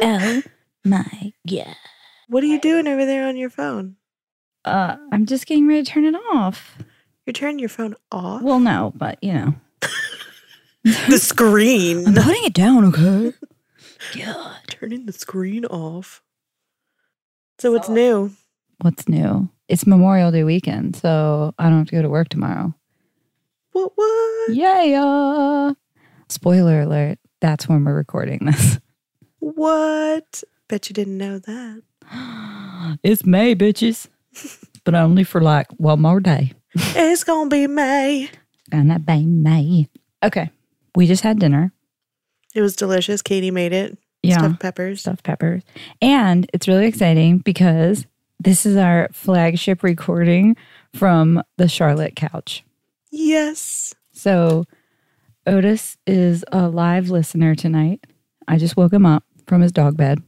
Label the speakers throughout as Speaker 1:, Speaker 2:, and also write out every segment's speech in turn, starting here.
Speaker 1: Oh my god.
Speaker 2: What are you doing over there on your phone?
Speaker 1: Uh, I'm just getting ready to turn it off.
Speaker 2: You're turning your phone off?
Speaker 1: Well, no, but you know.
Speaker 2: the screen.
Speaker 1: putting it down, okay? God.
Speaker 2: turning the screen off. So what's new?
Speaker 1: What's new? It's Memorial Day weekend, so I don't have to go to work tomorrow.
Speaker 2: What what?
Speaker 1: Yeah. Spoiler alert, that's when we're recording this.
Speaker 2: What? Bet you didn't know that.
Speaker 1: it's May, bitches. but only for like one more day.
Speaker 2: It's gonna be May.
Speaker 1: Gonna be May. Okay. We just had dinner.
Speaker 2: It was delicious. Katie made it. Stuffed peppers.
Speaker 1: stuffed peppers. And it's really exciting because this is our flagship recording from the Charlotte couch.
Speaker 2: Yes.
Speaker 1: So Otis is a live listener tonight. I just woke him up from his dog bed.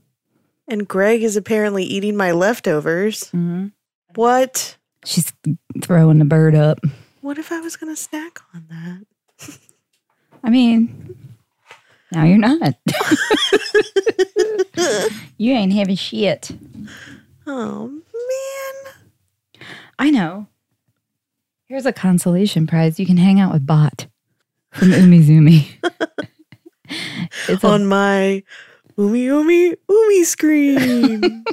Speaker 2: And Greg is apparently eating my leftovers.
Speaker 1: Mm-hmm.
Speaker 2: What?
Speaker 1: She's throwing the bird up.
Speaker 2: What if I was gonna snack on that?
Speaker 1: I mean, now you're not. you ain't having shit.
Speaker 2: Oh man.
Speaker 1: I know. Here's a consolation prize. You can hang out with Bot from Umizoomi. it's a-
Speaker 2: on my umi umi umi screen.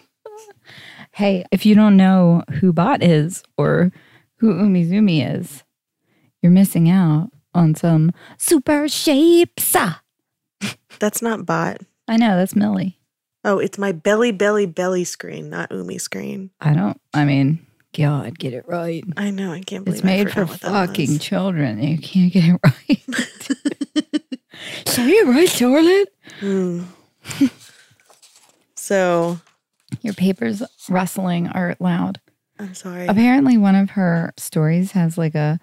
Speaker 1: hey, if you don't know who Bot is or who Umizoomi is, you're missing out on some super shapes. I
Speaker 2: That's not bot.
Speaker 1: know, that's Millie.
Speaker 2: Oh, it's my belly belly belly screen, not umi screen.
Speaker 1: I don't, I mean, God, get it right.
Speaker 2: I know. I can't believe
Speaker 1: It's made
Speaker 2: I
Speaker 1: for
Speaker 2: forgot what that
Speaker 1: fucking
Speaker 2: was.
Speaker 1: children. You can't get it right. Say it right, Charlotte.
Speaker 2: Hmm. so
Speaker 1: Your papers rustling are loud.
Speaker 2: I'm sorry.
Speaker 1: Apparently, one of her stories has like a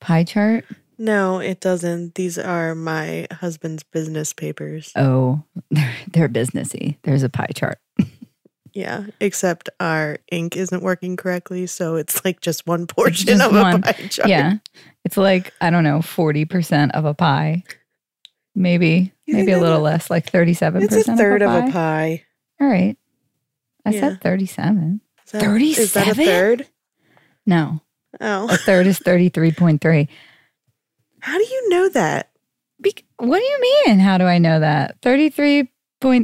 Speaker 1: pie chart.
Speaker 2: No, it doesn't. These are my husband's business papers.
Speaker 1: Oh, they're, they're businessy. There's a pie chart.
Speaker 2: Yeah, except our ink isn't working correctly, so it's like just one portion
Speaker 1: just
Speaker 2: of
Speaker 1: one.
Speaker 2: a pie chart.
Speaker 1: Yeah. It's like, I don't know, 40% of a pie. Maybe,
Speaker 2: You
Speaker 1: maybe a
Speaker 2: think
Speaker 1: little
Speaker 2: that-
Speaker 1: less, like 37%
Speaker 2: it's a third
Speaker 1: of, a pie.
Speaker 2: pie.
Speaker 1: All right. I
Speaker 2: Yeah.
Speaker 1: said 37.
Speaker 2: Is that- Is that a
Speaker 1: 37?
Speaker 2: third?
Speaker 1: No,
Speaker 2: Oh,
Speaker 1: a third is 33.3.
Speaker 2: how do you know that?
Speaker 1: Be- what do you mean? How do I know that? 33.3,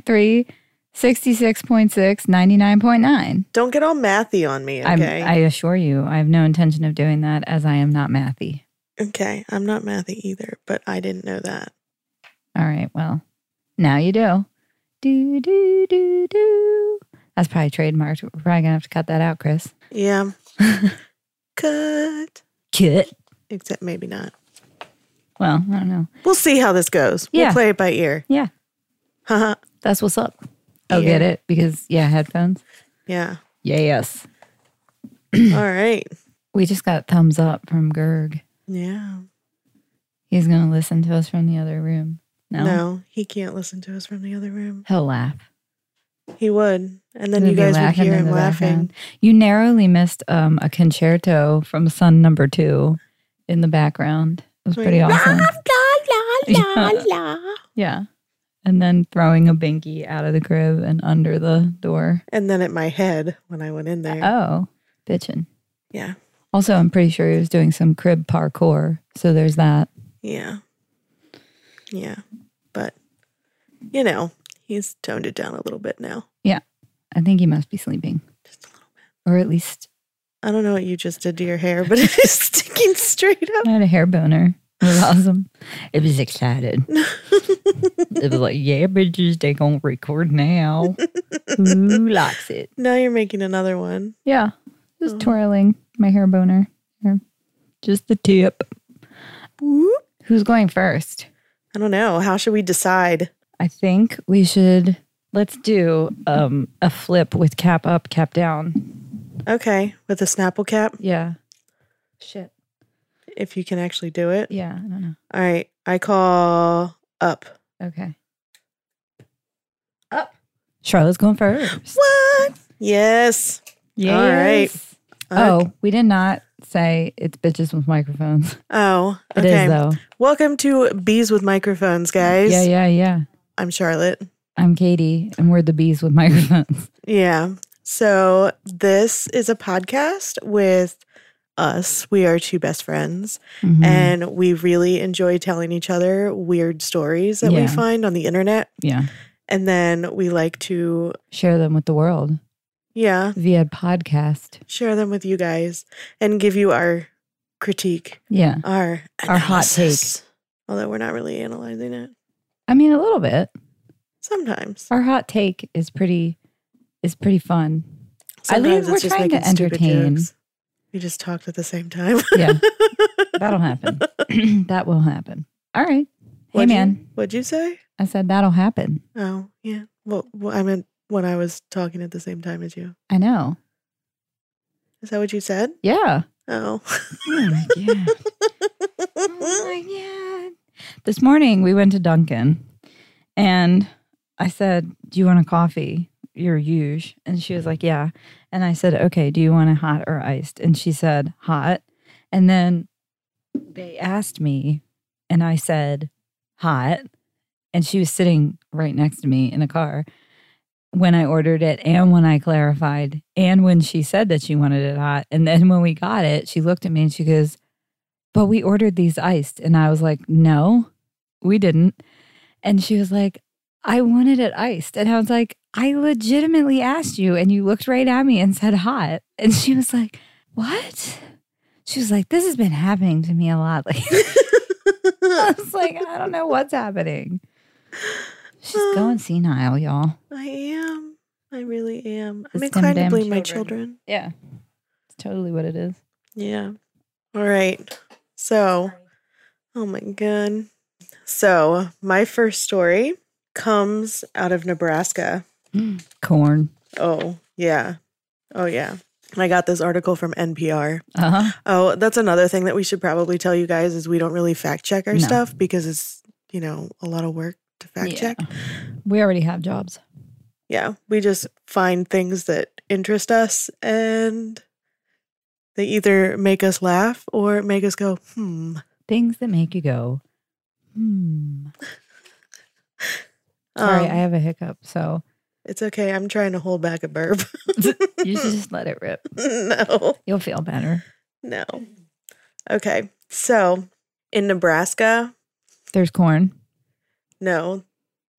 Speaker 1: 66.6, 99.9.
Speaker 2: Don't get all mathy on me,
Speaker 1: I'm,
Speaker 2: okay?
Speaker 1: I assure you, I have no intention of doing that as I am not mathy.
Speaker 2: okay, I'm not mathy either, but I didn't know that.
Speaker 1: All right. Well, now you do. Do, do, do, do. That's probably trademarked. We're probably going to have to cut that out, Chris.
Speaker 2: Yeah, cut.
Speaker 1: Cut.
Speaker 2: Except maybe not.
Speaker 1: Well, I don't know.
Speaker 2: We'll see how this goes.
Speaker 1: Yeah.
Speaker 2: We'll play it by ear.
Speaker 1: Yeah.
Speaker 2: Haha.
Speaker 1: That's what's up. Oh, get it? Because, yeah, headphones.
Speaker 2: yeah.
Speaker 1: Yeah, yes.
Speaker 2: All right.
Speaker 1: We just got thumbs up from Gerg.
Speaker 2: Yeah.
Speaker 1: He's going to listen to us from the other room. No.
Speaker 2: No. he can't listen to us from the other room.
Speaker 1: He'll laugh.
Speaker 2: He would. And then
Speaker 1: He'll
Speaker 2: you
Speaker 1: be
Speaker 2: guys would
Speaker 1: laughing
Speaker 2: hear
Speaker 1: in
Speaker 2: him
Speaker 1: the
Speaker 2: laughing.
Speaker 1: background. You narrowly missed um, a concerto from Sun Number Two in the background. It was
Speaker 2: Wait.
Speaker 1: pretty awesome.
Speaker 2: La, la, la, la.
Speaker 1: Yeah. And then throwing a binky out of the crib and under the door.
Speaker 2: And then at my head when I went in there.
Speaker 1: Oh, bitchin'.
Speaker 2: Yeah.
Speaker 1: Also, I'm pretty sure he was doing some crib parkour. So there's that.
Speaker 2: Yeah. Yeah. But, you know, he's toned it down a little bit now.
Speaker 1: I think he must be sleeping,
Speaker 2: Just a little bit.
Speaker 1: or at least
Speaker 2: I don't know what you just did to your hair, but it is sticking straight up.
Speaker 1: I had a hair boner. It was awesome. It was excited. it was like, yeah, bitches, they gonna record now. Who likes it?
Speaker 2: Now you're making another one.
Speaker 1: Yeah. Just
Speaker 2: Oh.
Speaker 1: twirling my hair boner. Here. Just the tip.
Speaker 2: Whoop.
Speaker 1: Who's going first?
Speaker 2: I don't know. How should we decide?
Speaker 1: I think we should let's do um a flip with cap up, cap down.
Speaker 2: Okay. With a Snapple cap,
Speaker 1: Yeah. Shit.
Speaker 2: if you can actually do it.
Speaker 1: Yeah, I don't know.
Speaker 2: All right. I call up.
Speaker 1: Okay. Up. Charlotte's going first.
Speaker 2: What? Yes. All right.
Speaker 1: Yes. Oh, we did not say it's bitches with microphones.
Speaker 2: Oh,
Speaker 1: It is
Speaker 2: okay.
Speaker 1: though.
Speaker 2: Welcome to Bees with Microphones, guys.
Speaker 1: Yeah, yeah, yeah.
Speaker 2: I'm Charlotte.
Speaker 1: I'm Katie, and we're the bees with microphones.
Speaker 2: Yeah. So this is a podcast with us. We are two best friends,
Speaker 1: Mhm.
Speaker 2: and we really enjoy telling each other weird stories that we
Speaker 1: Yeah.
Speaker 2: find on the internet.
Speaker 1: yeah,
Speaker 2: And then we like to,
Speaker 1: share them with the world
Speaker 2: yeah,
Speaker 1: via podcast.
Speaker 2: share them with you guys and give you our critique,
Speaker 1: Yeah,
Speaker 2: our
Speaker 1: Our hot take.
Speaker 2: analysis. Although we're not really analyzing it
Speaker 1: I mean a little bit.
Speaker 2: sometimes.
Speaker 1: Our hot take is pretty is pretty fun. I
Speaker 2: Sometimes
Speaker 1: believe we're trying to
Speaker 2: making stupid
Speaker 1: entertain.
Speaker 2: jokes. We just talked at the same time.
Speaker 1: Yeah, that'll happen. that will happen. All right. Hey
Speaker 2: What'd you-
Speaker 1: man,
Speaker 2: what'd you say?
Speaker 1: I said that'll happen.
Speaker 2: Oh, yeah. Well, well, I meant when I was talking at the same time as you.
Speaker 1: I know.
Speaker 2: Is that what you said?
Speaker 1: Yeah.
Speaker 2: Oh.
Speaker 1: Oh my god. Oh my god. This morning we went to Dunkin' and I said, Do you want a coffee? Your huge. And she was like, Yeah. And I said, Okay, do you want it hot or iced? And she said, Hot. And then they asked me, and I said, Hot. And she was sitting right next to me in a car when I ordered it and when I clarified and when she said that she wanted it hot. And then when we got it, she looked at me and she goes, But we ordered these iced. And I was like, No, we didn't. And she was like, I wanted it iced. And I was like, I legitimately asked you and you looked right at me and said hot. And she was like, What? She was like, This has been happening to me a lot lately. I was like, I don't know what's happening. She's going senile, y'all.
Speaker 2: I am. I really am. I'm
Speaker 1: It's them
Speaker 2: inclined to
Speaker 1: damn
Speaker 2: blame my children.
Speaker 1: children. Yeah. It's totally what it is.
Speaker 2: Yeah. All right. So, oh my God. So, my first story comes out of Nebraska.
Speaker 1: Corn.
Speaker 2: Oh, yeah. Oh, yeah. I got this article from NPR.
Speaker 1: Uh huh.
Speaker 2: Oh, that's another thing that we should probably tell you guys is we don't really fact check our
Speaker 1: No.
Speaker 2: stuff because it's, you know, a lot of work to fact check.
Speaker 1: We already have jobs.
Speaker 2: Yeah. We just find things that interest us and they either make us laugh or make us go, hmm.
Speaker 1: Things that make you go, hmm. Sorry,
Speaker 2: Um,
Speaker 1: I have a hiccup, so
Speaker 2: it's okay. I'm trying to hold back a burp.
Speaker 1: you should just let it rip.
Speaker 2: no.
Speaker 1: You'll feel better.
Speaker 2: No. Okay. So in Nebraska,
Speaker 1: There's corn
Speaker 2: No,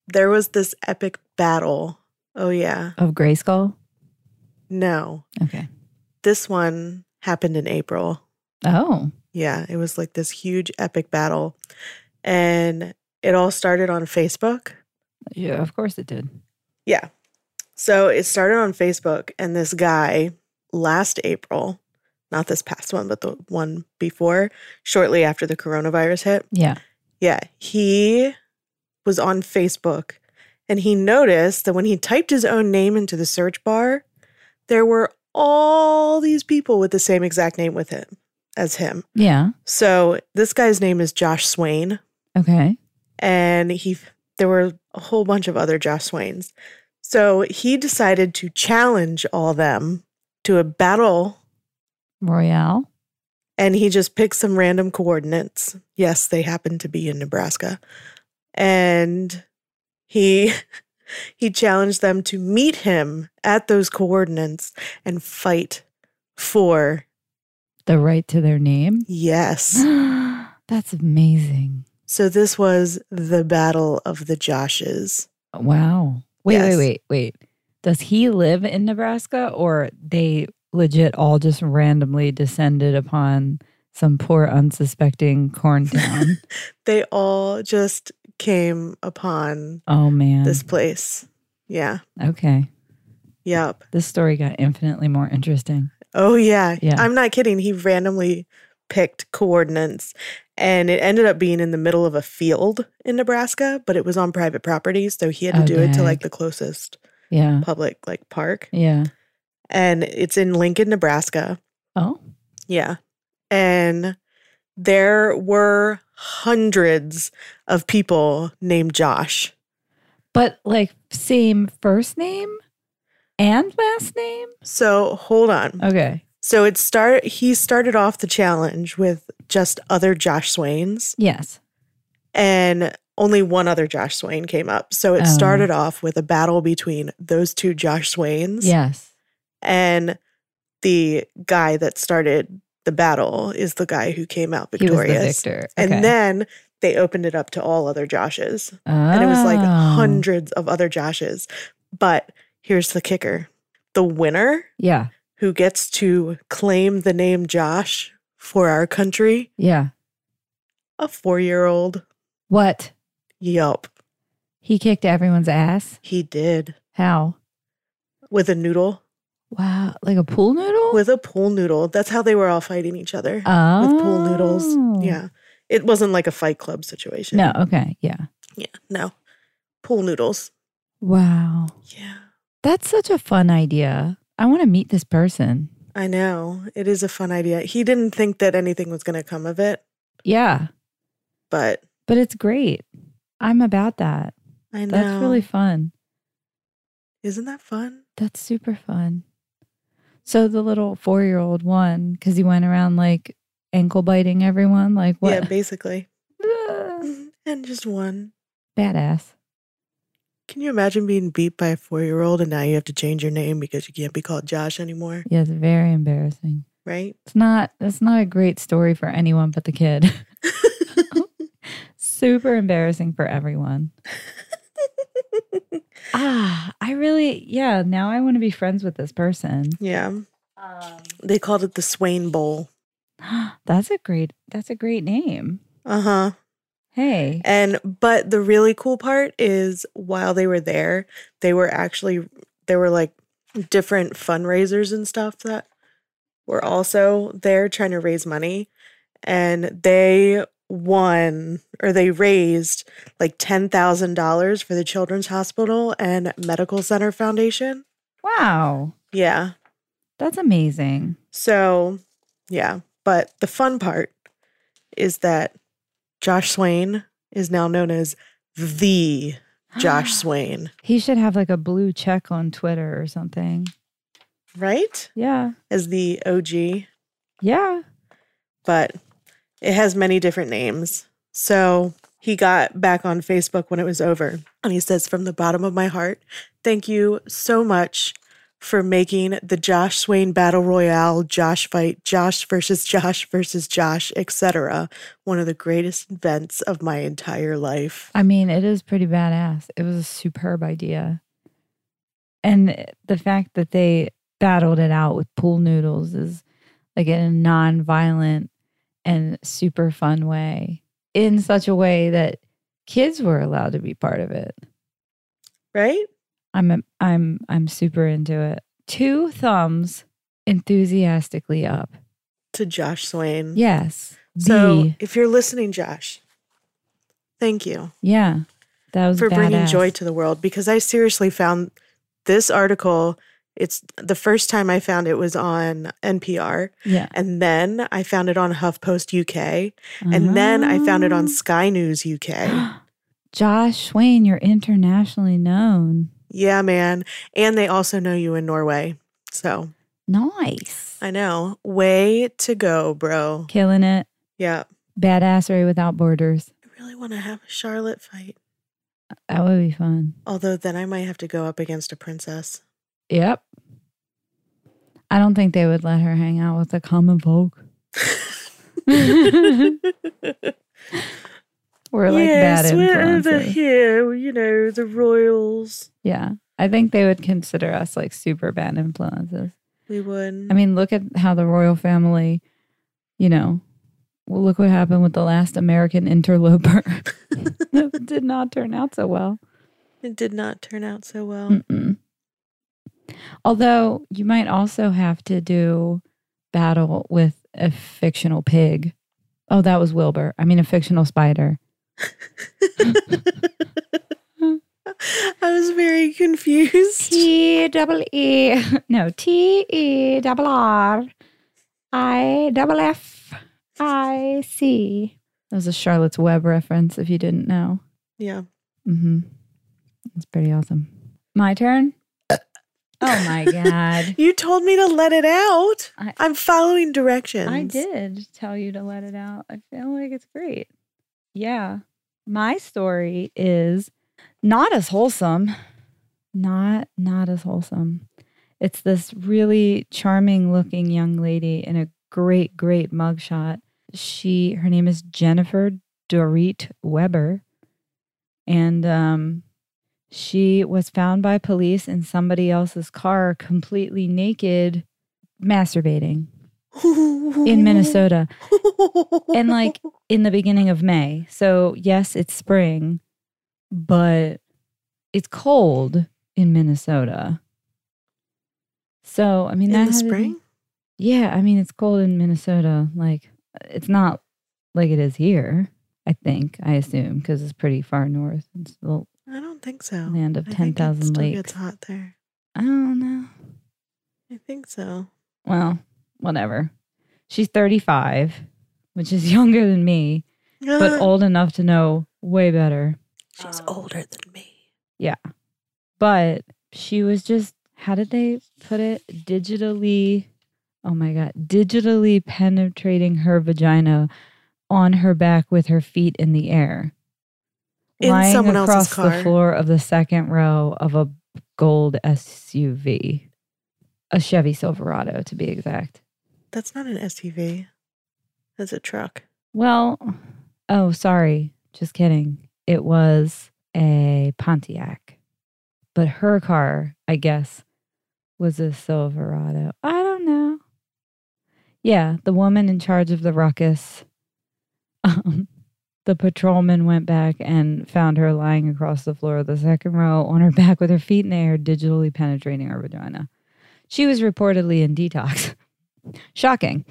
Speaker 2: there was this epic battle. Oh, yeah.
Speaker 1: of Grayskull.
Speaker 2: No,
Speaker 1: Okay.
Speaker 2: this one happened in April.
Speaker 1: Oh,
Speaker 2: Yeah, it was like this huge epic battle. And it all started on Facebook.
Speaker 1: yeah, of course it did.
Speaker 2: Yeah. So it started on Facebook, and this guy last April, not this past one, but the one before, shortly after the coronavirus hit,
Speaker 1: Yeah.
Speaker 2: Yeah, he was on Facebook and he noticed that when he typed his own name into the search bar, there were all these people with the same exact name with him as him.
Speaker 1: Yeah.
Speaker 2: So this guy's name is Josh Swain
Speaker 1: Okay.
Speaker 2: and he there were a whole bunch of other Josh Swains. So he decided to challenge all them to a battle
Speaker 1: Royale.
Speaker 2: and he just picked some random coordinates. Yes, they happened to be in Nebraska. And he he challenged them to meet him at those coordinates and fight for
Speaker 1: The right to their name.
Speaker 2: yes.
Speaker 1: That's amazing.
Speaker 2: So this was the battle of the Joshes.
Speaker 1: Wow. Wait,
Speaker 2: Yes.
Speaker 1: wait, wait, wait. Does he live in Nebraska or they legit all just randomly descended upon some poor unsuspecting corn town?
Speaker 2: They all just came upon
Speaker 1: oh man.
Speaker 2: this place. Yeah.
Speaker 1: okay.
Speaker 2: Yep.
Speaker 1: This story got infinitely more interesting.
Speaker 2: Oh yeah.
Speaker 1: Yeah.
Speaker 2: I'm not kidding. He randomly picked coordinates and it ended up being in the middle of a field in Nebraska, but it was on private property, so he had to
Speaker 1: Oh,
Speaker 2: do it to
Speaker 1: dang.
Speaker 2: like the closest
Speaker 1: Yeah.
Speaker 2: public like park.
Speaker 1: Yeah.
Speaker 2: And it's in Lincoln, Nebraska.
Speaker 1: Oh.
Speaker 2: Yeah. And there were hundreds of people named Josh.
Speaker 1: But like same first name and last name?
Speaker 2: So hold on.
Speaker 1: Okay.
Speaker 2: So it start he started off the challenge with just other Josh Swains.
Speaker 1: Yes.
Speaker 2: and only one other Josh Swain came up. So it
Speaker 1: Oh.
Speaker 2: started off with a battle between those two Josh Swains.
Speaker 1: Yes.
Speaker 2: And the guy that started the battle is the guy who came out
Speaker 1: He
Speaker 2: victorious.
Speaker 1: was the victor.
Speaker 2: And
Speaker 1: Okay.
Speaker 2: then they opened it up to all other Joshes. And it was like
Speaker 1: Oh.
Speaker 2: hundreds of other Joshes. But here's the kicker the winner
Speaker 1: Yeah.
Speaker 2: who gets to claim the name Josh for our country,
Speaker 1: Yeah.
Speaker 2: a four year old.
Speaker 1: What?
Speaker 2: Yup,
Speaker 1: He kicked everyone's ass?
Speaker 2: he did.
Speaker 1: How?
Speaker 2: With a noodle,
Speaker 1: Wow. Like a pool noodle?
Speaker 2: with a pool noodle. That's how they were all fighting each other
Speaker 1: oh.
Speaker 2: with pool noodles. Yeah. It wasn't like a fight club situation.
Speaker 1: No. Okay. Yeah.
Speaker 2: Yeah. No. Pool noodles.
Speaker 1: Wow.
Speaker 2: Yeah.
Speaker 1: That's such a fun idea. I want to meet this person.
Speaker 2: I know. It is a fun idea. He didn't think that anything was going to come of it,
Speaker 1: Yeah.
Speaker 2: but
Speaker 1: But it's great. I'm about that.
Speaker 2: I know.
Speaker 1: That's really fun.
Speaker 2: Isn't that fun?
Speaker 1: That's super fun. So the little four year old won because he went around like ankle biting everyone. Like
Speaker 2: Yeah,
Speaker 1: what?
Speaker 2: basically.
Speaker 1: Ah,
Speaker 2: And just one.
Speaker 1: Badass.
Speaker 2: Can you imagine being beat by a four year old and now you have to change your name because you can't be called Josh anymore,
Speaker 1: Yeah, it's very embarrassing.
Speaker 2: right?
Speaker 1: It's not. It's not a great story for anyone but the kid. Super embarrassing for everyone. ah, I really. Yeah. Now I want to be friends with this person.
Speaker 2: yeah.
Speaker 1: Um,
Speaker 2: They called it the Swain Bowl.
Speaker 1: that's a great. That's a great name.
Speaker 2: Uh huh.
Speaker 1: Hey.
Speaker 2: And but the really cool part is while they were there, they were actually there were like different fundraisers and stuff that were also there trying to raise money and they won or they raised like $10,000 for the Children's Hospital and Medical Center Foundation.
Speaker 1: Wow.
Speaker 2: Yeah.
Speaker 1: That's amazing.
Speaker 2: So, yeah, but the fun part is that Josh Swain is now known as the Josh Swain,
Speaker 1: He should have like a blue check on Twitter or something.
Speaker 2: right?
Speaker 1: Yeah.
Speaker 2: As the OG,
Speaker 1: Yeah.
Speaker 2: but it has many different names. So he got back on Facebook when it was over and he says, From the bottom of my heart, thank you so much for making the Josh Swain Battle Royale, Josh Fight, Josh versus Josh versus Josh, etc., one of the greatest events of my entire life.
Speaker 1: I mean, it is pretty badass. It was a superb idea. And the fact that they battled it out with pool noodles is like in a non violent and super fun way, in such a way that kids were allowed to be part of it.
Speaker 2: Right?
Speaker 1: I'm I'm I'm super into it. Two thumbs enthusiastically up.
Speaker 2: To Josh Swain.
Speaker 1: Yes.
Speaker 2: So
Speaker 1: the-
Speaker 2: if you're listening, Josh, thank you.
Speaker 1: yeah. That was
Speaker 2: for bringing
Speaker 1: badass.
Speaker 2: joy to the world because I seriously found this article. It's the first time I found it was on NPR,
Speaker 1: yeah.
Speaker 2: and then I found it on HuffPost UK, and then I found it on
Speaker 1: Ah.
Speaker 2: Sky News UK.
Speaker 1: Josh Swain, you're internationally known.
Speaker 2: yeah, man. And they also know you in Norway. So
Speaker 1: Nice.
Speaker 2: I know. Way to go, bro.
Speaker 1: Killing it.
Speaker 2: Yeah.
Speaker 1: Badassery without borders.
Speaker 2: I really want to have a Charlotte fight.
Speaker 1: That would be fun.
Speaker 2: Although then I might have to go up against a princess.
Speaker 1: Yep. I don't think they would let her hang out with the common folk. We're like bad influences.
Speaker 2: here, you know, the royals.
Speaker 1: yeah. I think they would consider us like super bad influences.
Speaker 2: We would.
Speaker 1: I mean, look at how the royal family, you know, well, look what happened with the last American interloper. It did not turn out so well.
Speaker 2: it did not turn out so well.
Speaker 1: Mm-mm. Although you might also have to do battle with a fictional pig. Oh, that was Wilbur. I mean, a fictional spider. Mm.
Speaker 2: I was very confused.
Speaker 1: T double E. No, T E double R. I double F I C. That was a Charlotte's Web reference if you didn't know.
Speaker 2: Yeah.
Speaker 1: Mm-hmm. That's pretty awesome. My turn? oh my God.
Speaker 2: You told me to let it out.
Speaker 1: I-
Speaker 2: I, am following directions.
Speaker 1: I did tell you to let it out. I feel like it's great. Yeah. My story is not as wholesome. Not not as wholesome. It's this really charming looking young lady in a great, great mugshot. She her name is Jennifer Dorit Weber. And um she was found by police in somebody else's car completely naked masturbating in Minnesota And, like, in the beginning of May. So, yes, it's spring, but it's cold in Minnesota. So, I mean,
Speaker 2: in
Speaker 1: that
Speaker 2: the
Speaker 1: had to be-
Speaker 2: spring?
Speaker 1: yeah, I mean, it's cold in Minnesota. Like, it's not like it is here, I think, I assume, because it's pretty far north. It's the
Speaker 2: I don't think so.
Speaker 1: land of
Speaker 2: Oh, I think it
Speaker 1: 10,000
Speaker 2: still
Speaker 1: lakes.
Speaker 2: gets hot there.
Speaker 1: I don't know.
Speaker 2: I think so.
Speaker 1: Well, whatever. She's 35, which is younger than me, but
Speaker 2: Uh,
Speaker 1: old enough to know way better.
Speaker 2: she's
Speaker 1: um,
Speaker 2: older than me.
Speaker 1: but she was just how did they put it digitally oh my god digitally penetrating her vagina on her back with her feet in the air
Speaker 2: In
Speaker 1: lying
Speaker 2: someone else's
Speaker 1: across the
Speaker 2: car.
Speaker 1: floor of the second row of a gold suv a chevy silverado to be exact
Speaker 2: That's not an SUV. That's a truck.
Speaker 1: well oh sorry just kidding it was a pontiac but her car, I guess, was a Silverado. I don't know. Yeah, the woman in charge of the ruckus. Um, the patrolman went back and found her lying across the floor of the second row on her back with her feet in the air, digitally penetrating her vagina. She was reportedly in detox. Shocking.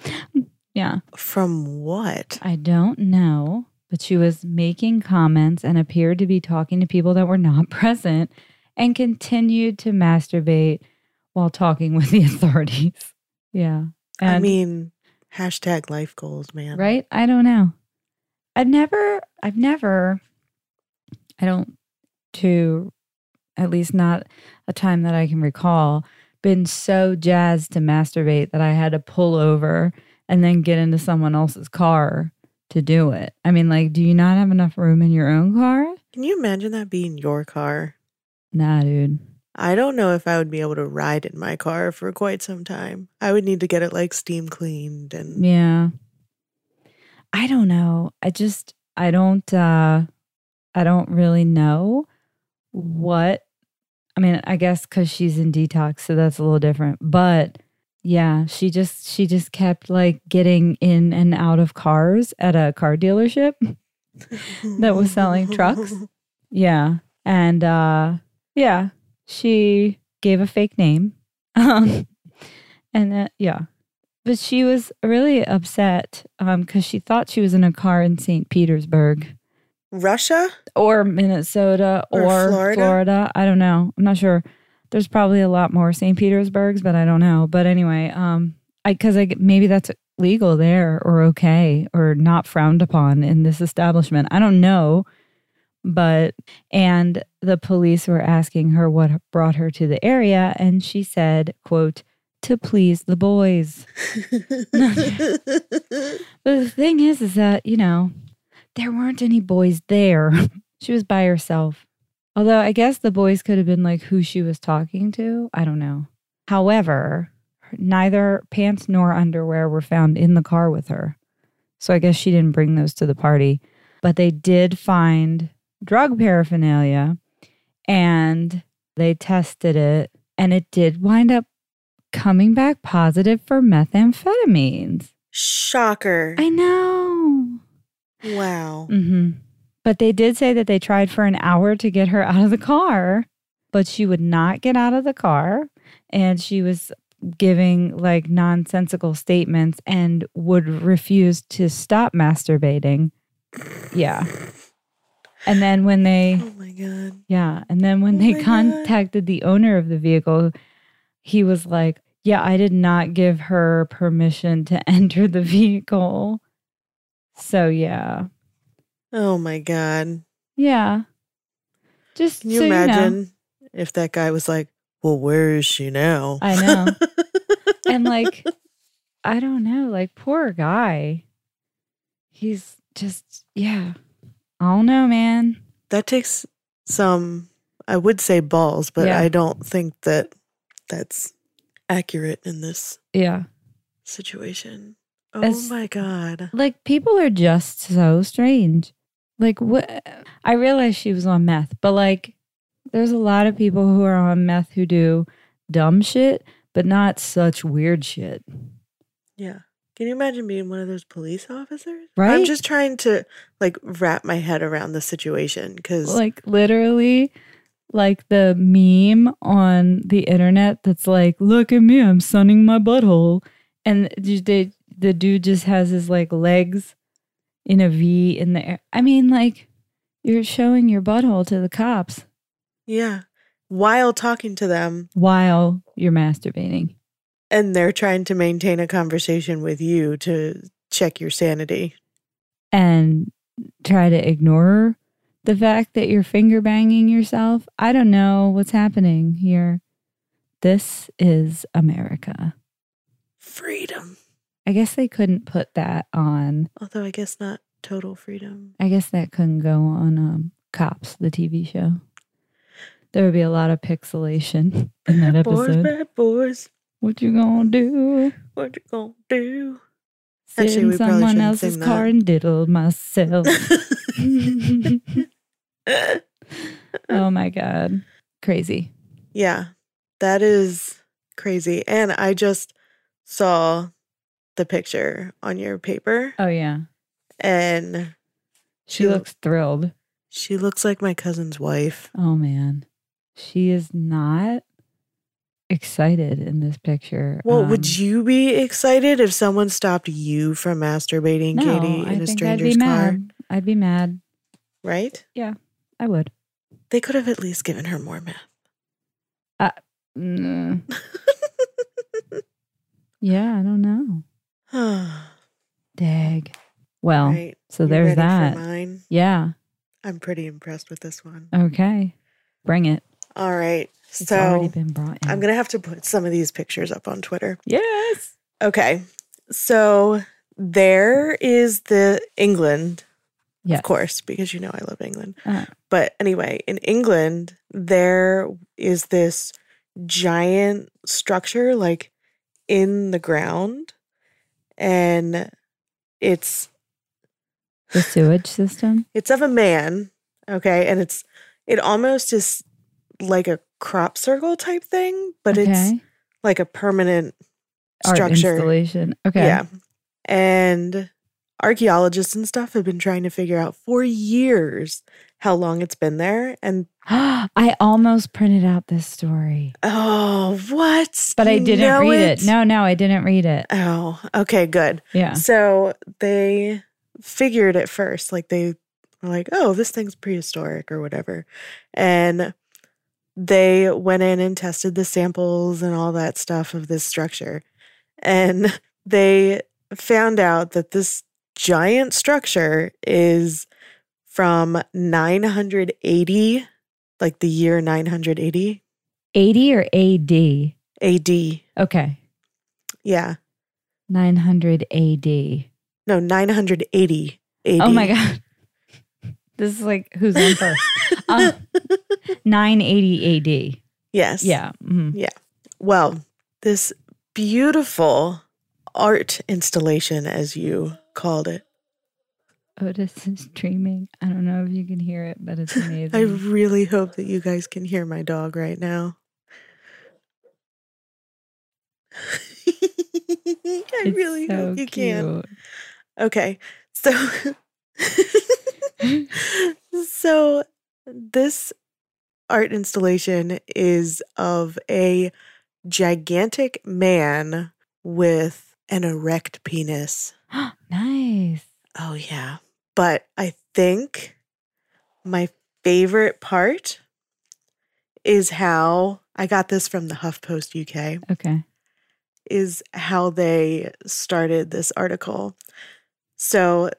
Speaker 1: Yeah.
Speaker 2: From what?
Speaker 1: I don't know, but she was making comments and appeared to be talking to people that were not present and continued to masturbate while talking with the authorities. Yeah.
Speaker 2: I
Speaker 1: And-
Speaker 2: mean, hashtag life goals, man.
Speaker 1: right? I don't know. I've never, I've never, I don't, to at least not a time that I can recall, been so jazzed to masturbate that I had to pull over and then get into someone else's car to do it. I mean, like, do you not have enough room in your own car?
Speaker 2: Can you imagine that being your car?
Speaker 1: Nah, dude.
Speaker 2: I don't know if I would be able to ride in my car for quite some time. I would need to get it like steam cleaned and
Speaker 1: Yeah. I don't know. I just I don't uh I don't really know what I mean, I guess cuz she's in detox, so that's a little different. But yeah, she just she just kept like getting in and out of cars at a car dealership. That was selling trucks? Yeah. And uh yeah, she gave a fake name. Um and that yeah. But she was really upset um cuz she thought she was in a car in St. Petersburg
Speaker 2: Russia?
Speaker 1: or Minnesota or,
Speaker 2: Or Florida?
Speaker 1: Florida. I don't know. I'm not sure. There's probably a lot more St. Petersburgs, but I don't know. But anyway, um I cuz I maybe that's legal there or okay or not frowned upon in this establishment. I don't know but and the police were asking her what brought her to the area and she said quote to please the boys but the thing is is that you know there weren't any boys there she was by herself although i guess the boys could have been like who she was talking to i don't know however neither pants nor underwear were found in the car with her so i guess she didn't bring those to the party but they did find drug paraphernalia and they tested it and it did wind up coming back positive for methamphetamines.
Speaker 2: Shocker.
Speaker 1: I know.
Speaker 2: wow.
Speaker 1: hmm But they did say that they tried for an hour to get her out of the car, but she would not get out of the car. And she was giving like nonsensical statements and would refuse to stop masturbating. Yeah. And then when they.
Speaker 2: Oh my god.
Speaker 1: Yeah. And then when
Speaker 2: Oh
Speaker 1: they
Speaker 2: my God.
Speaker 1: contacted the owner of the vehicle, he was like, Yeah, I did not give her permission to enter the vehicle. So, yeah.
Speaker 2: Oh my god.
Speaker 1: Yeah. Just
Speaker 2: Can you
Speaker 1: so know.
Speaker 2: imagine if that guy was like, "Well, where is she now?"
Speaker 1: I know. and like, I don't know, like, poor guy. He's just, yeah. I don't know, man.
Speaker 2: That takes some, I would say balls, but
Speaker 1: Yeah.
Speaker 2: I don't think that that's accurate in this
Speaker 1: Yeah.
Speaker 2: situation. Oh
Speaker 1: That's-
Speaker 2: my God.
Speaker 1: Like people are just so strange. Like what I realized she was on meth, but like there's a lot of people who are on meth who do dumb shit, but not such weird shit.
Speaker 2: Yeah. Can you imagine being one of those police officers? I'm
Speaker 1: Right?
Speaker 2: just trying to like wrap my head around the situation because
Speaker 1: Like literally like the meme on the internet that's like, look at me, I'm sunning my butthole. And the, the, the dude just has his like legs in a V in the air. I mean, like you're showing your butthole to the cops.
Speaker 2: yeah, while talking to them
Speaker 1: while you're masturbating.
Speaker 2: and they're trying to maintain a conversation with you to check your sanity.
Speaker 1: and try to ignore the fact that you're finger banging yourself. I don't know what's happening here. This is America.
Speaker 2: Freedom.
Speaker 1: I guess they couldn't put that on.
Speaker 2: Although I guess not total freedom.
Speaker 1: I guess that couldn't go on um, Cops, the TV show. There would be a lot of pixelation in that
Speaker 2: Boys,
Speaker 1: episode.
Speaker 2: bad boys,
Speaker 1: What you gonna do?
Speaker 2: what you gonna do?
Speaker 1: Sit
Speaker 2: Actually, we
Speaker 1: in
Speaker 2: probably
Speaker 1: someone
Speaker 2: shouldn't
Speaker 1: else's
Speaker 2: sing that.
Speaker 1: car and diddle myself. oh my god, crazy.
Speaker 2: yeah, that is crazy. And I just saw the picture on your paper
Speaker 1: Oh yeah.
Speaker 2: and
Speaker 1: She
Speaker 2: She lo-
Speaker 1: looks thrilled.
Speaker 2: she looks like my cousin's wife.
Speaker 1: Oh man. She is not excited in this picture.
Speaker 2: Well,
Speaker 1: Um,
Speaker 2: would you be excited if someone stopped you from masturbating,
Speaker 1: no,
Speaker 2: Katie,
Speaker 1: I
Speaker 2: in a
Speaker 1: think
Speaker 2: stranger's
Speaker 1: I'd be
Speaker 2: car?
Speaker 1: Mad. I'd be mad.
Speaker 2: Right?
Speaker 1: I would.
Speaker 2: They could have at least given her more math.
Speaker 1: Mm. yeah, I don't know. Dag. Well,
Speaker 2: right.
Speaker 1: Oh, so
Speaker 2: You
Speaker 1: there's
Speaker 2: ready for
Speaker 1: that.
Speaker 2: mine?
Speaker 1: Yeah.
Speaker 2: I'm pretty impressed with this one.
Speaker 1: Okay. Bring it.
Speaker 2: All right.
Speaker 1: Oh. It's already
Speaker 2: so
Speaker 1: been brought in.
Speaker 2: I'm going to have to put some of these pictures up on Twitter.
Speaker 1: Yes.
Speaker 2: Okay. So there is the England,
Speaker 1: Yes.
Speaker 2: of course, because you know I love England.
Speaker 1: Uh.
Speaker 2: But anyway, in England, there is this giant structure like in the ground and it's
Speaker 1: The sewage system.
Speaker 2: it's of a man, okay? And it's it almost is like a crop circle type thing, but it's
Speaker 1: okay.
Speaker 2: like a permanent
Speaker 1: Art
Speaker 2: structure.
Speaker 1: installation. Okay.
Speaker 2: Yeah. And archaeologists and stuff have been trying to figure out for years how long it's been there. And
Speaker 1: I almost printed out this story,
Speaker 2: oh, what?
Speaker 1: but I
Speaker 2: You
Speaker 1: didn't
Speaker 2: know
Speaker 1: read it. No, no, I didn't read it.
Speaker 2: Oh, okay, good.
Speaker 1: Yeah.
Speaker 2: So they figured at first, like they were like, oh, this thing's prehistoric or whatever. And they went in and tested the samples and all that stuff of this structure. And they found out that this giant structure is from 980, like the year 980
Speaker 1: 80 or AD?
Speaker 2: AD.
Speaker 1: Okay.
Speaker 2: Yeah.
Speaker 1: 900 AD.
Speaker 2: No, 980 AD.
Speaker 1: Oh my God. This is like who's on first? Uh, 980 AD.
Speaker 2: Yes.
Speaker 1: Yeah. mhm.
Speaker 2: Well, this beautiful art installation, as you called it,
Speaker 1: Otis is dreaming. I don't know if you can hear it, but it's
Speaker 2: I
Speaker 1: amazing.
Speaker 2: really hope that you guys can hear my dog right now. I
Speaker 1: It's
Speaker 2: really
Speaker 1: so
Speaker 2: hope you can.
Speaker 1: cute.
Speaker 2: Okay, so so this art installation is of a gigantic man with an erect penis.
Speaker 1: nice.
Speaker 2: Oh, yeah. But I think my favorite part is how I got this from the HuffPost UK,
Speaker 1: Okay.
Speaker 2: is how they started this article. So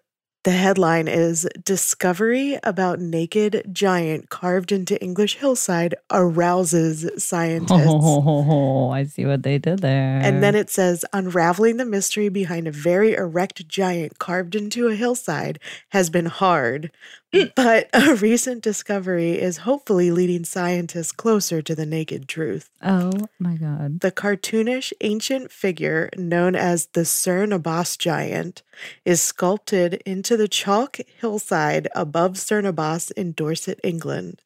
Speaker 2: The headline is Discovery about Naked Giant Carved into English Hillside Arouses Scientists.
Speaker 1: Oh, I see what they did there.
Speaker 2: And then it says Unraveling the mystery behind a very erect giant carved into a hillside has been hard, but a recent discovery is hopefully leading scientists closer to the naked truth.
Speaker 1: oh my god.
Speaker 2: The cartoonish ancient figure known as the Cernabos giant is sculpted into the chalk hillside above Cernabos in Dorset, England.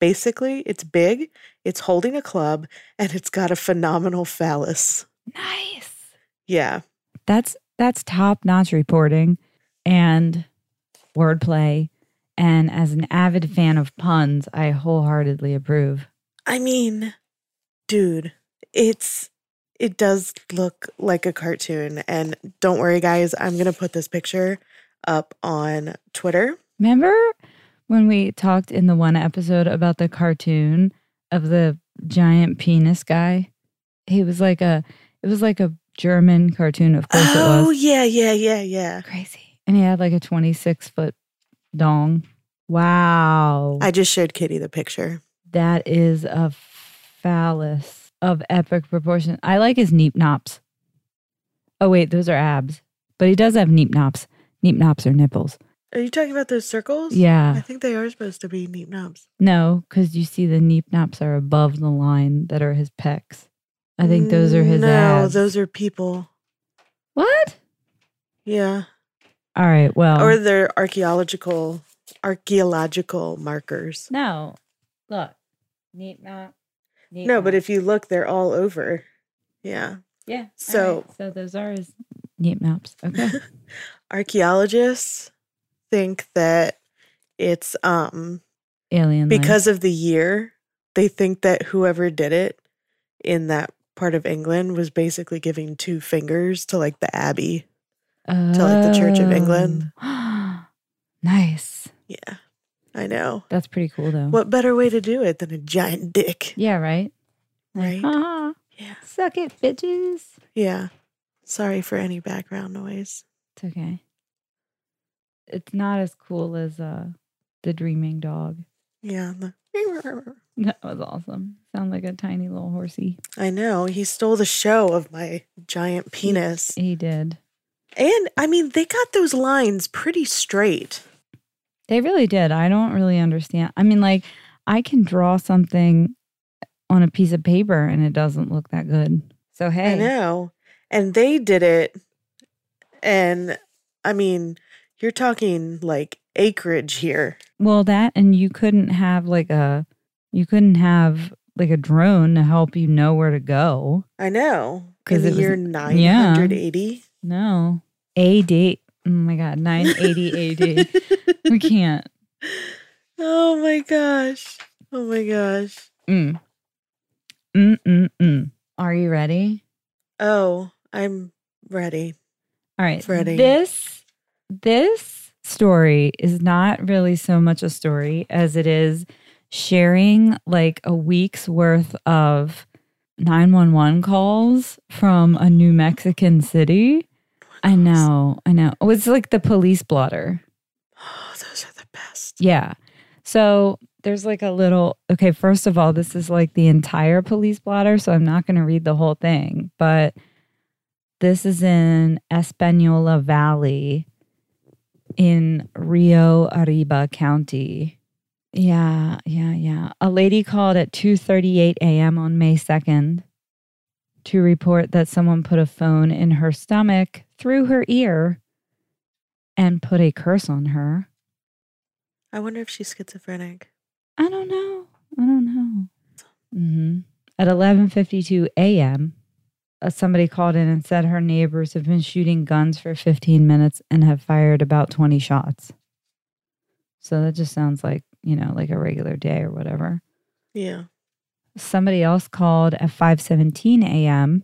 Speaker 2: Basically, it's big, it's holding a club, and it's got a phenomenal phallus.
Speaker 1: Nice.
Speaker 2: Yeah.
Speaker 1: That's that's top-notch reporting and wordplay. And as an avid fan of puns, I wholeheartedly approve.
Speaker 2: I mean, dude, it's it does look like a cartoon. And don't worry, guys, I'm gonna put this picture up on Twitter.
Speaker 1: Remember when we talked in the one episode about the cartoon of the giant penis guy? He was like a it was like a German cartoon, of course it
Speaker 2: Oh
Speaker 1: was.
Speaker 2: yeah, yeah, yeah, yeah.
Speaker 1: Crazy. And he had like a 26 foot dong. Wow.
Speaker 2: I just showed Kitty the picture.
Speaker 1: that is a phallus of epic proportion. I like his neep nops. Oh, wait, those are abs. But he does have neep nops. Neep nops are nipples.
Speaker 2: Are you talking about those circles? I
Speaker 1: Yeah.
Speaker 2: think they are supposed to be neat knobs.
Speaker 1: No, because you see the neep nops are above the line that are his pecs. I think those are his
Speaker 2: No,
Speaker 1: abs.
Speaker 2: those are people.
Speaker 1: What?
Speaker 2: Yeah.
Speaker 1: All right. Well,
Speaker 2: Or they're archaeological archaeological markers.
Speaker 1: no. Look. Neep nop. neep
Speaker 2: No, but
Speaker 1: nop.
Speaker 2: if you look, they're all over. Yeah.
Speaker 1: Yeah. all right,
Speaker 2: so-
Speaker 1: So those are his neep nops. Okay.
Speaker 2: archaeologists think that it's um
Speaker 1: Alien. life.
Speaker 2: because of the year they think that whoever did it in that part of england was basically giving two fingers to like the abbey to, like, the Church of England.
Speaker 1: Oh. nice.
Speaker 2: yeah i know
Speaker 1: That's pretty cool though.
Speaker 2: what better way to do it than a giant dick
Speaker 1: Mm-hmm. Yeah, right?
Speaker 2: right
Speaker 1: Ah,
Speaker 2: yeah
Speaker 1: suck it, bitches.
Speaker 2: yeah sorry for any background noise
Speaker 1: It's okay. It's not as cool as uh the dreaming dog.
Speaker 2: yeah the-
Speaker 1: That was awesome. Sound like a tiny little horsey.
Speaker 2: i know he stole the show of my giant penis
Speaker 1: He did.
Speaker 2: and i mean they got those lines pretty straight
Speaker 1: They really did. I don't really understand. I mean, like, I can draw something on a piece of paper and it doesn't look that good. So hey,
Speaker 2: I know. And they did it. And I mean, you're talking like acreage here.
Speaker 1: Well, that and you couldn't have like a you couldn't have like a drone to help you know where to go.
Speaker 2: I know.
Speaker 1: 'Cause
Speaker 2: In the
Speaker 1: it was-
Speaker 2: year
Speaker 1: yeah.
Speaker 2: 980.
Speaker 1: No. AD. Oh my god, 980 AD. We can't.
Speaker 2: oh my gosh. Oh my gosh.
Speaker 1: Mm. Mm mm mm. Are you ready?
Speaker 2: Oh, I'm ready.
Speaker 1: All right.
Speaker 2: Ready.
Speaker 1: This this story is not really so much a story as it is sharing like a week's worth of 911 calls from a New Mexican city. I know, I know. Oh, it's like the police blotter.
Speaker 2: Oh, those are the best.
Speaker 1: Yeah. So there's like a little, okay, first of all, this is like the entire police blotter. So I'm not going to read the whole thing, but this is in Espanola Valley in Rio Arriba County. Yeah, yeah, yeah. A lady called at 2:38 a.m. on May 2nd to report that someone put a phone in her stomach through her ear and put a curse on her.
Speaker 2: I wonder if she's schizophrenic.
Speaker 1: I don't know. I don't know. hmm At 11:52 a.m., uh, somebody called in and said her neighbors have been shooting guns for 15 minutes and have fired about 20 shots. So that just sounds like you know, like a regular day or whatever.
Speaker 2: Yeah.
Speaker 1: Somebody else called at 5:17 a.m.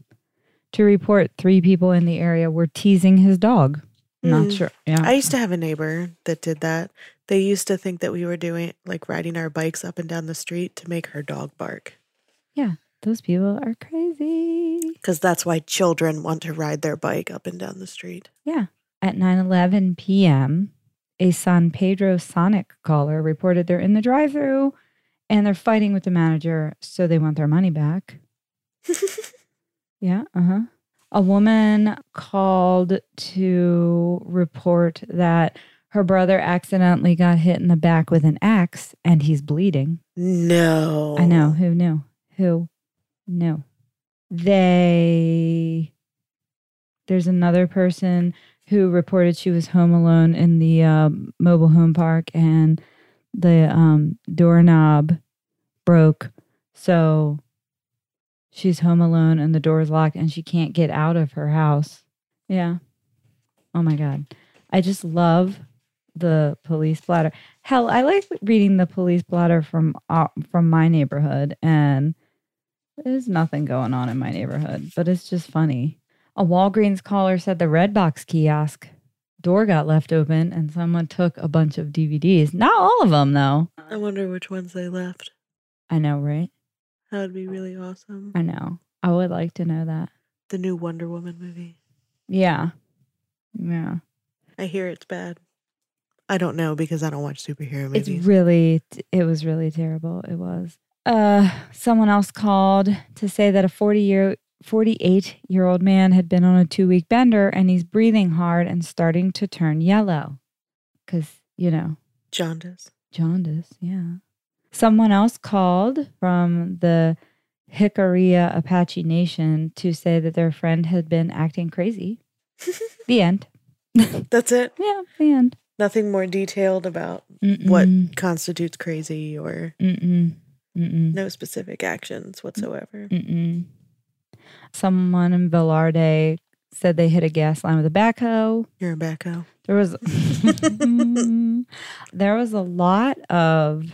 Speaker 1: to report three people in the area were teasing his dog. Not
Speaker 2: Mm.
Speaker 1: sure. Yeah.
Speaker 2: I used to have a neighbor that did that. They used to think that we were doing like riding our bikes up and down the street to make her dog bark.
Speaker 1: Those people are crazy.
Speaker 2: Because that's why children want to ride their bike up and down the street.
Speaker 1: At 9:11 p.m., a San Pedro Sonic caller reported they're in the drive thru and they're fighting with the manager, so they want their money back. Yeah, uh huh. A woman called to report that her brother accidentally got hit in the back with an axe and he's bleeding.
Speaker 2: no.
Speaker 1: I know. Who knew? Who knew? They. There's another person who reported she was home alone in the um mobile home park and the um, doorknob broke. So she's home alone and the door's locked and she can't get out of her house. Yeah. Oh my God. I just love the police blotter. Hell, I like reading the police blotter from uh, from my neighborhood, and there's nothing going on in my neighborhood, but it's just funny. A Walgreens caller said the Red Box kiosk door got left open, and someone took a bunch of DVDs. Not all of them, though.
Speaker 2: I wonder which ones they left.
Speaker 1: I know, right?
Speaker 2: That would be really awesome.
Speaker 1: I know. I would like to know that.
Speaker 2: The new Wonder Woman movie.
Speaker 1: Yeah, yeah.
Speaker 2: I hear it's bad. I don't know because I don't watch superhero
Speaker 1: It's
Speaker 2: movies.
Speaker 1: really, it was really terrible. It was. Uh, someone else called to say that a 40 year, 48 year old man had been on a two week bender and he's breathing hard and starting to turn yellow. Cause, you know,
Speaker 2: Jaundice.
Speaker 1: jaundice. Yeah. Someone else called from the Hickoria Apache Nation to say that their friend had been acting crazy. the end.
Speaker 2: That's it.
Speaker 1: Yeah, the end.
Speaker 2: Nothing more detailed about what
Speaker 1: Mm-mm,
Speaker 2: constitutes crazy or
Speaker 1: Mm-mm. Mm-mm.
Speaker 2: no specific actions whatsoever.
Speaker 1: Mm-mm. Someone in Velarde said they hit a gas line with a backhoe.
Speaker 2: You're a backo.
Speaker 1: There was there was a lot of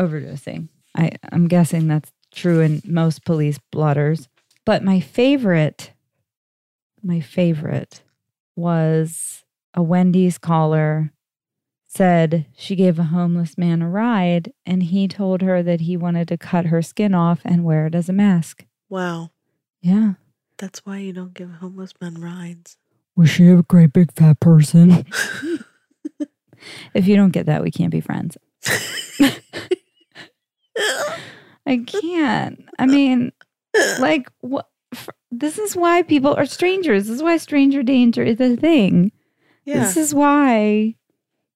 Speaker 1: overdosing. I, I'm guessing that's true in most police blotters. But my favorite, my favorite was a Wendy's caller said she gave a homeless man a ride and he told her that he wanted to cut her skin off and wear it as a mask.
Speaker 2: Wow.
Speaker 1: Yeah.
Speaker 2: That's why you don't give homeless men rides.
Speaker 1: Was she a great big fat person? if you don't get that, we can't be friends. I can't. I mean, like, what? f- This is why people are strangers. This is why stranger danger is a thing.
Speaker 2: yeah.
Speaker 1: This is why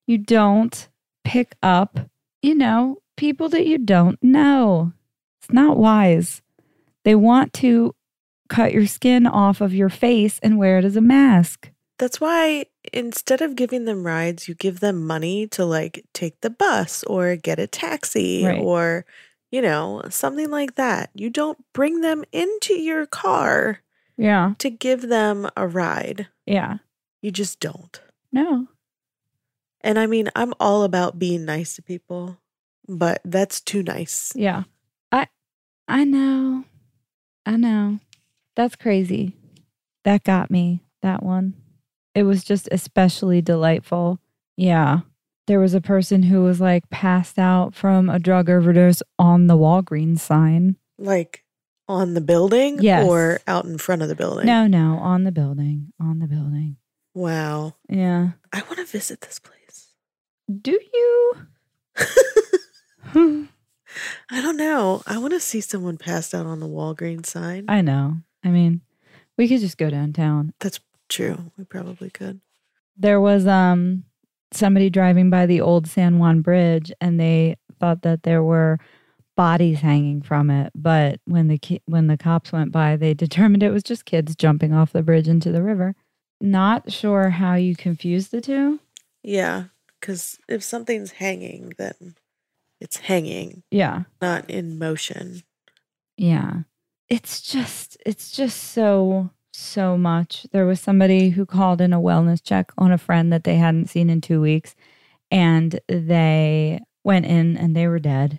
Speaker 1: you don't pick up, you know, people that you don't know. It's not wise. They want to cut your skin off of your face and wear it as a mask.
Speaker 2: That's why instead of giving them rides, you give them money to like take the bus or get a taxi
Speaker 1: Right.
Speaker 2: or, you know, something like that. You don't bring them into your car
Speaker 1: Yeah.
Speaker 2: to give them a ride.
Speaker 1: Yeah.
Speaker 2: You just don't.
Speaker 1: No.
Speaker 2: And I mean, I'm all about being nice to people, but that's too nice.
Speaker 1: Yeah. I I know. I know. That's crazy. That got me. That one. It was just especially delightful. Yeah. There was a person who was like passed out from a drug overdose on the Walgreens sign.
Speaker 2: Like on the building
Speaker 1: Yes.
Speaker 2: or out in front of the building.
Speaker 1: No, no, on the building. On the building.
Speaker 2: Wow.
Speaker 1: Yeah.
Speaker 2: I want to visit this place.
Speaker 1: Do you? Hmm.
Speaker 2: I don't know. I want to see someone passed out on the Walgreens sign.
Speaker 1: I know. I mean, we could just go downtown
Speaker 2: That's true. We probably could.
Speaker 1: there was um somebody driving by the old San Juan Bridge and they thought that there were bodies hanging from it but when the ki- when the cops went by they determined it was just kids jumping off the bridge into the river not sure how you confuse the two
Speaker 2: Yeah, because if something's hanging, then it's hanging,
Speaker 1: yeah
Speaker 2: not in motion.
Speaker 1: yeah it's just it's just so so much there was somebody who called in a wellness check on a friend that they hadn't seen in 2 weeks and they went in and they were dead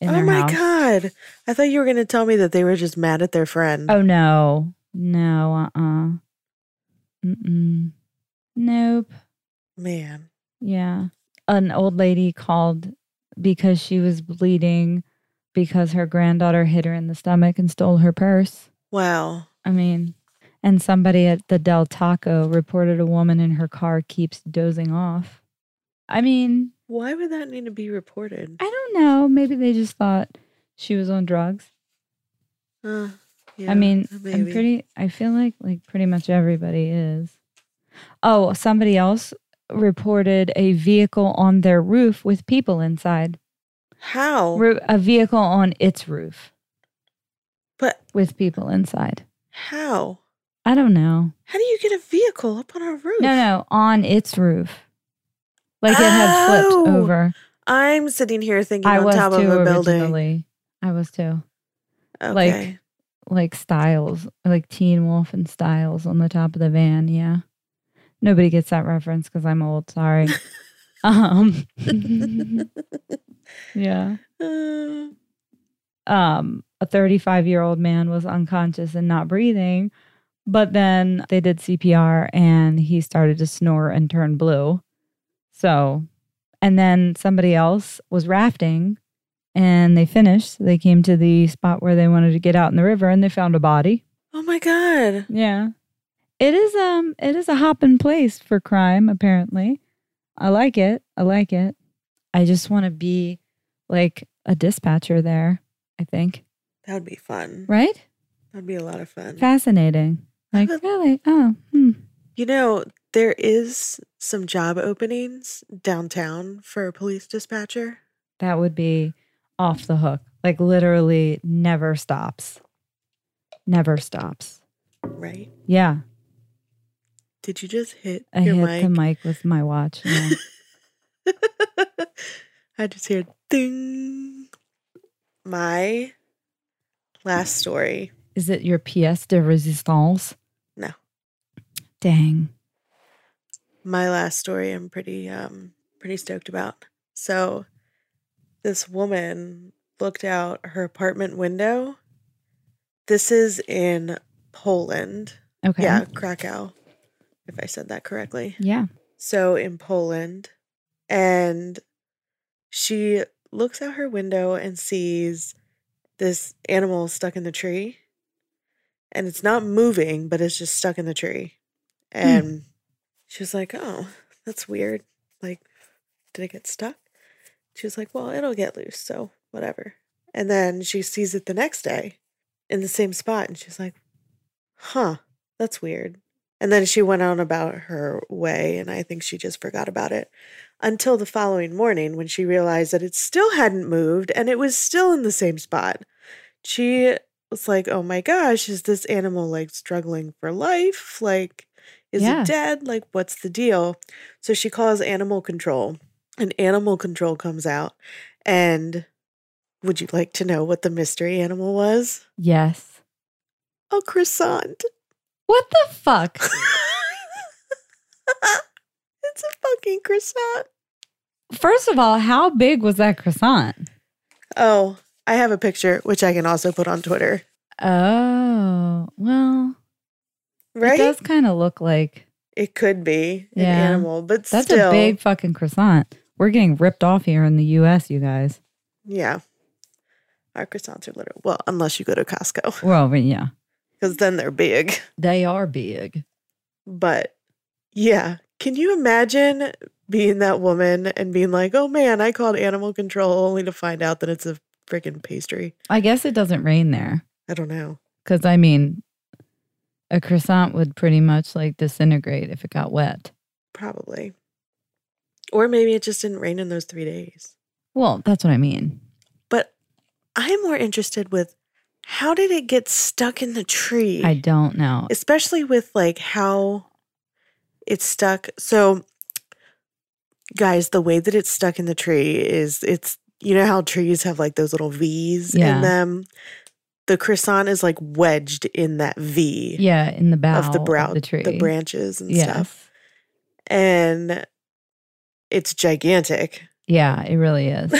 Speaker 1: in
Speaker 2: oh
Speaker 1: their
Speaker 2: my
Speaker 1: house.
Speaker 2: god! I thought you were going to tell me that they were just mad at their friend.
Speaker 1: Oh no, no, uh, uh-uh. Mm-mm. nope.
Speaker 2: man,
Speaker 1: Yeah, an old lady called because she was bleeding because her granddaughter hit her in the stomach and stole her purse.
Speaker 2: wow.
Speaker 1: I mean, and somebody at the Del Taco reported a woman in her car keeps dozing off. I mean,
Speaker 2: Why would that need to be reported?
Speaker 1: I don't know. Maybe they just thought she was on drugs.
Speaker 2: Uh, yeah,
Speaker 1: I mean, I'm
Speaker 2: maybe.
Speaker 1: pretty. I feel like like pretty much everybody is. Oh, somebody else reported a vehicle on their roof with people inside.
Speaker 2: How?
Speaker 1: Ru- A vehicle on its roof
Speaker 2: but
Speaker 1: with people inside.
Speaker 2: how?
Speaker 1: I don't know.
Speaker 2: How do you get a vehicle up on our roof?
Speaker 1: No, no, on its roof. Like it had
Speaker 2: Oh,
Speaker 1: flipped over.
Speaker 2: I'm sitting here thinking
Speaker 1: I
Speaker 2: on
Speaker 1: was
Speaker 2: top
Speaker 1: too
Speaker 2: of a building.
Speaker 1: originally. I was too.
Speaker 2: Okay.
Speaker 1: like- Like Styles, like Teen Wolf and Styles on the top of the van. Yeah. Nobody gets that reference because I'm old. Sorry. um, yeah.
Speaker 2: Uh,
Speaker 1: um, a 35 year old man was unconscious and not breathing. But then they did CPR and he started to snore and turn blue. So, and then somebody else was rafting and they finished. They came to the spot where they wanted to get out in the river and they found a body.
Speaker 2: oh my god.
Speaker 1: Yeah. It is um it is a hopping place for crime, apparently. I like it. I like it. I just want to be like a dispatcher there, I think.
Speaker 2: That would be fun.
Speaker 1: Right?
Speaker 2: That'd be a lot of fun.
Speaker 1: Fascinating. Like
Speaker 2: Have a-
Speaker 1: really? Oh, hmm.
Speaker 2: You know, there is some job openings downtown for a police dispatcher.
Speaker 1: that would be off the hook. Like literally never stops. Never stops.
Speaker 2: Right?
Speaker 1: Yeah,
Speaker 2: Did you just hit
Speaker 1: I
Speaker 2: your
Speaker 1: hit
Speaker 2: mic?
Speaker 1: the mic with my watch. Yeah.
Speaker 2: I just hear ding. My last story.
Speaker 1: is it your pièce de résistance?
Speaker 2: No.
Speaker 1: Dang.
Speaker 2: My last story I'm pretty um pretty stoked about. So this woman looked out her apartment window. This is in Poland.
Speaker 1: Okay.
Speaker 2: Yeah, Krakow. If I said that correctly.
Speaker 1: Yeah.
Speaker 2: so in Poland, and she looks out her window and sees this animal stuck in the tree. And it's not moving, but it's just stuck in the tree. And she was like, Oh, that's weird. Like, did it get stuck? She was like, Well, it'll get loose, so whatever. And then she sees it the next day in the same spot, and she's like, Huh, that's weird. And then she went on about her way, and I think she just forgot about it until the following morning when she realized that it still hadn't moved and it was still in the same spot. She was like, Oh my gosh, is this animal like struggling for life? Like, is
Speaker 1: Yeah.
Speaker 2: it dead? Like, what's the deal? So she calls animal control, and animal control comes out. And would you like to know what the mystery animal was?
Speaker 1: Yes.
Speaker 2: A croissant.
Speaker 1: What the fuck?
Speaker 2: it's a fucking croissant.
Speaker 1: First of all, how big was that croissant?
Speaker 2: Oh, I have a picture, which I can also put on Twitter.
Speaker 1: Oh, well,
Speaker 2: Right?
Speaker 1: it
Speaker 2: It,
Speaker 1: does kind of look like
Speaker 2: could be an
Speaker 1: Yeah.
Speaker 2: animal, but
Speaker 1: that's
Speaker 2: still.
Speaker 1: a big fucking croissant. We're getting ripped off here in the US, you guys.
Speaker 2: Yeah. Our croissants are little. Well, unless you go to Costco,
Speaker 1: Well, I mean, yeah,
Speaker 2: because then they're big.
Speaker 1: they are big.
Speaker 2: But yeah, can you imagine being that woman and being like, oh man, I called animal control only to find out that it's a freaking pastry?
Speaker 1: I guess it doesn't rain there
Speaker 2: I don't know.
Speaker 1: because I mean, a croissant would pretty much like disintegrate if it got wet.
Speaker 2: Probably. Or maybe it just didn't rain in those three days.
Speaker 1: Well, that's what I mean.
Speaker 2: But I'm more interested with how did it get stuck in the tree?
Speaker 1: I don't know.
Speaker 2: Especially with like how it's stuck. So, guys, the way that it's stuck in the tree is it's, you know how trees have like those little V's
Speaker 1: Yeah.
Speaker 2: in them? The croissant is like wedged in that V
Speaker 1: Yeah, in the bough
Speaker 2: of the brow,
Speaker 1: of the tree,
Speaker 2: the branches and
Speaker 1: Yes.
Speaker 2: stuff. And it's gigantic.
Speaker 1: Yeah, it really is.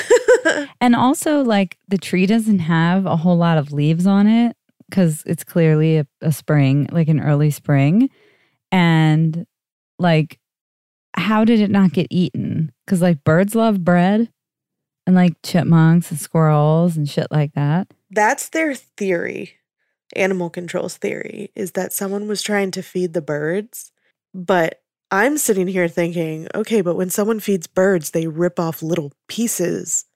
Speaker 1: And also, like the tree doesn't have a whole lot of leaves on it because it's clearly a, a spring, like an early spring. And like, how did it not get eaten? Because like birds love bread and like chipmunks and squirrels and shit like that.
Speaker 2: That's their theory. Animal control's theory is that someone was trying to feed the birds, but I'm sitting here thinking, okay, but when someone feeds birds, they rip off little pieces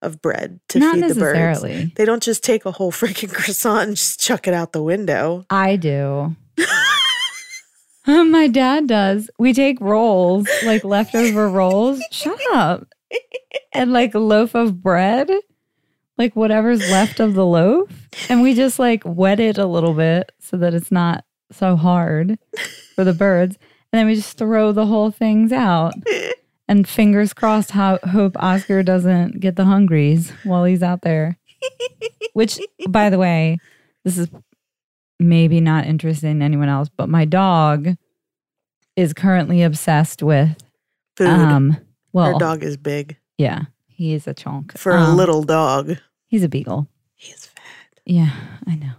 Speaker 2: of bread to
Speaker 1: Not
Speaker 2: feed the birds.
Speaker 1: necessarily.
Speaker 2: They don't just take a whole freaking croissant and just chuck it out the window.
Speaker 1: I do. Um, My dad does. We take rolls, like leftover rolls. Shut up. And like a loaf of bread, like whatever's left of the loaf. And we just like wet it a little bit so that it's not so hard for the birds. And then we just throw the whole things out. And fingers crossed, ho- hope Oscar doesn't get the hungries while he's out there. Which, by the way, this is maybe not interested in anyone else, but my dog is currently obsessed with
Speaker 2: Food.
Speaker 1: um well
Speaker 2: Our dog is big
Speaker 1: yeah, he is a chunk.
Speaker 2: for a
Speaker 1: Um,
Speaker 2: little dog.
Speaker 1: he's a beagle.
Speaker 2: He's fat.
Speaker 1: Yeah, I know.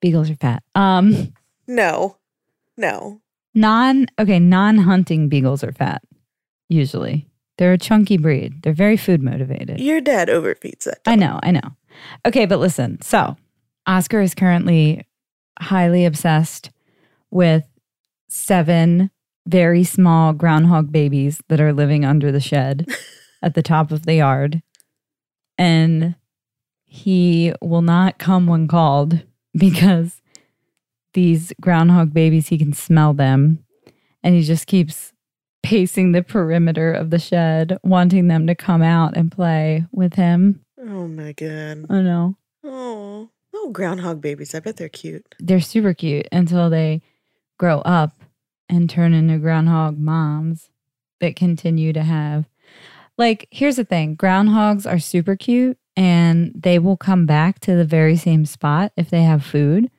Speaker 1: Beagles are fat. Um
Speaker 2: No, no.
Speaker 1: non okay, non-hunting beagles are fat usually. They're a chunky breed. They're very food motivated.
Speaker 2: Your dad overfeeds that.
Speaker 1: I know, I know. Okay, but listen. So, Oscar is currently highly obsessed with seven very small groundhog babies that are living under the shed at the top of the yard. And he will not come when called because these groundhog babies, he can smell them. And he just keeps pacing the perimeter of the shed, wanting them to come out and play with him.
Speaker 2: Oh my god.
Speaker 1: Oh no.
Speaker 2: Oh, oh, groundhog babies. I bet they're cute.
Speaker 1: They're super cute until they grow up and turn into groundhog moms that continue to have. Like, here's the thing groundhogs are super cute and they will come back to the very same spot if they have food,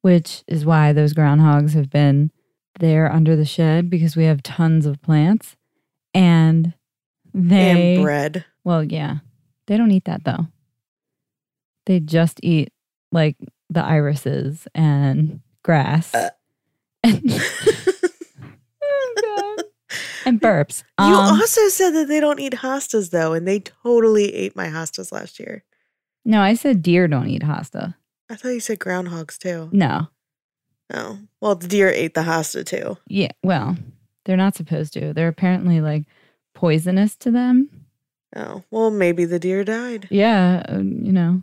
Speaker 1: which is why those groundhogs have been there under the shed because we have tons of plants and they
Speaker 2: and bread.
Speaker 1: Well, yeah. They don't eat that though. They just eat like the irises and grass.
Speaker 2: Uh.
Speaker 1: And, oh, God. and burps. Um,
Speaker 2: you also said that they don't eat hostas though, and they totally ate my hostas last year.
Speaker 1: no, I said deer don't eat hosta.
Speaker 2: I thought you said groundhogs too.
Speaker 1: No.
Speaker 2: Oh, well, the deer ate the hosta too.
Speaker 1: Yeah. Well, they're not supposed to. They're apparently like poisonous to them.
Speaker 2: Oh, well, maybe the deer died.
Speaker 1: Yeah. uh, You know,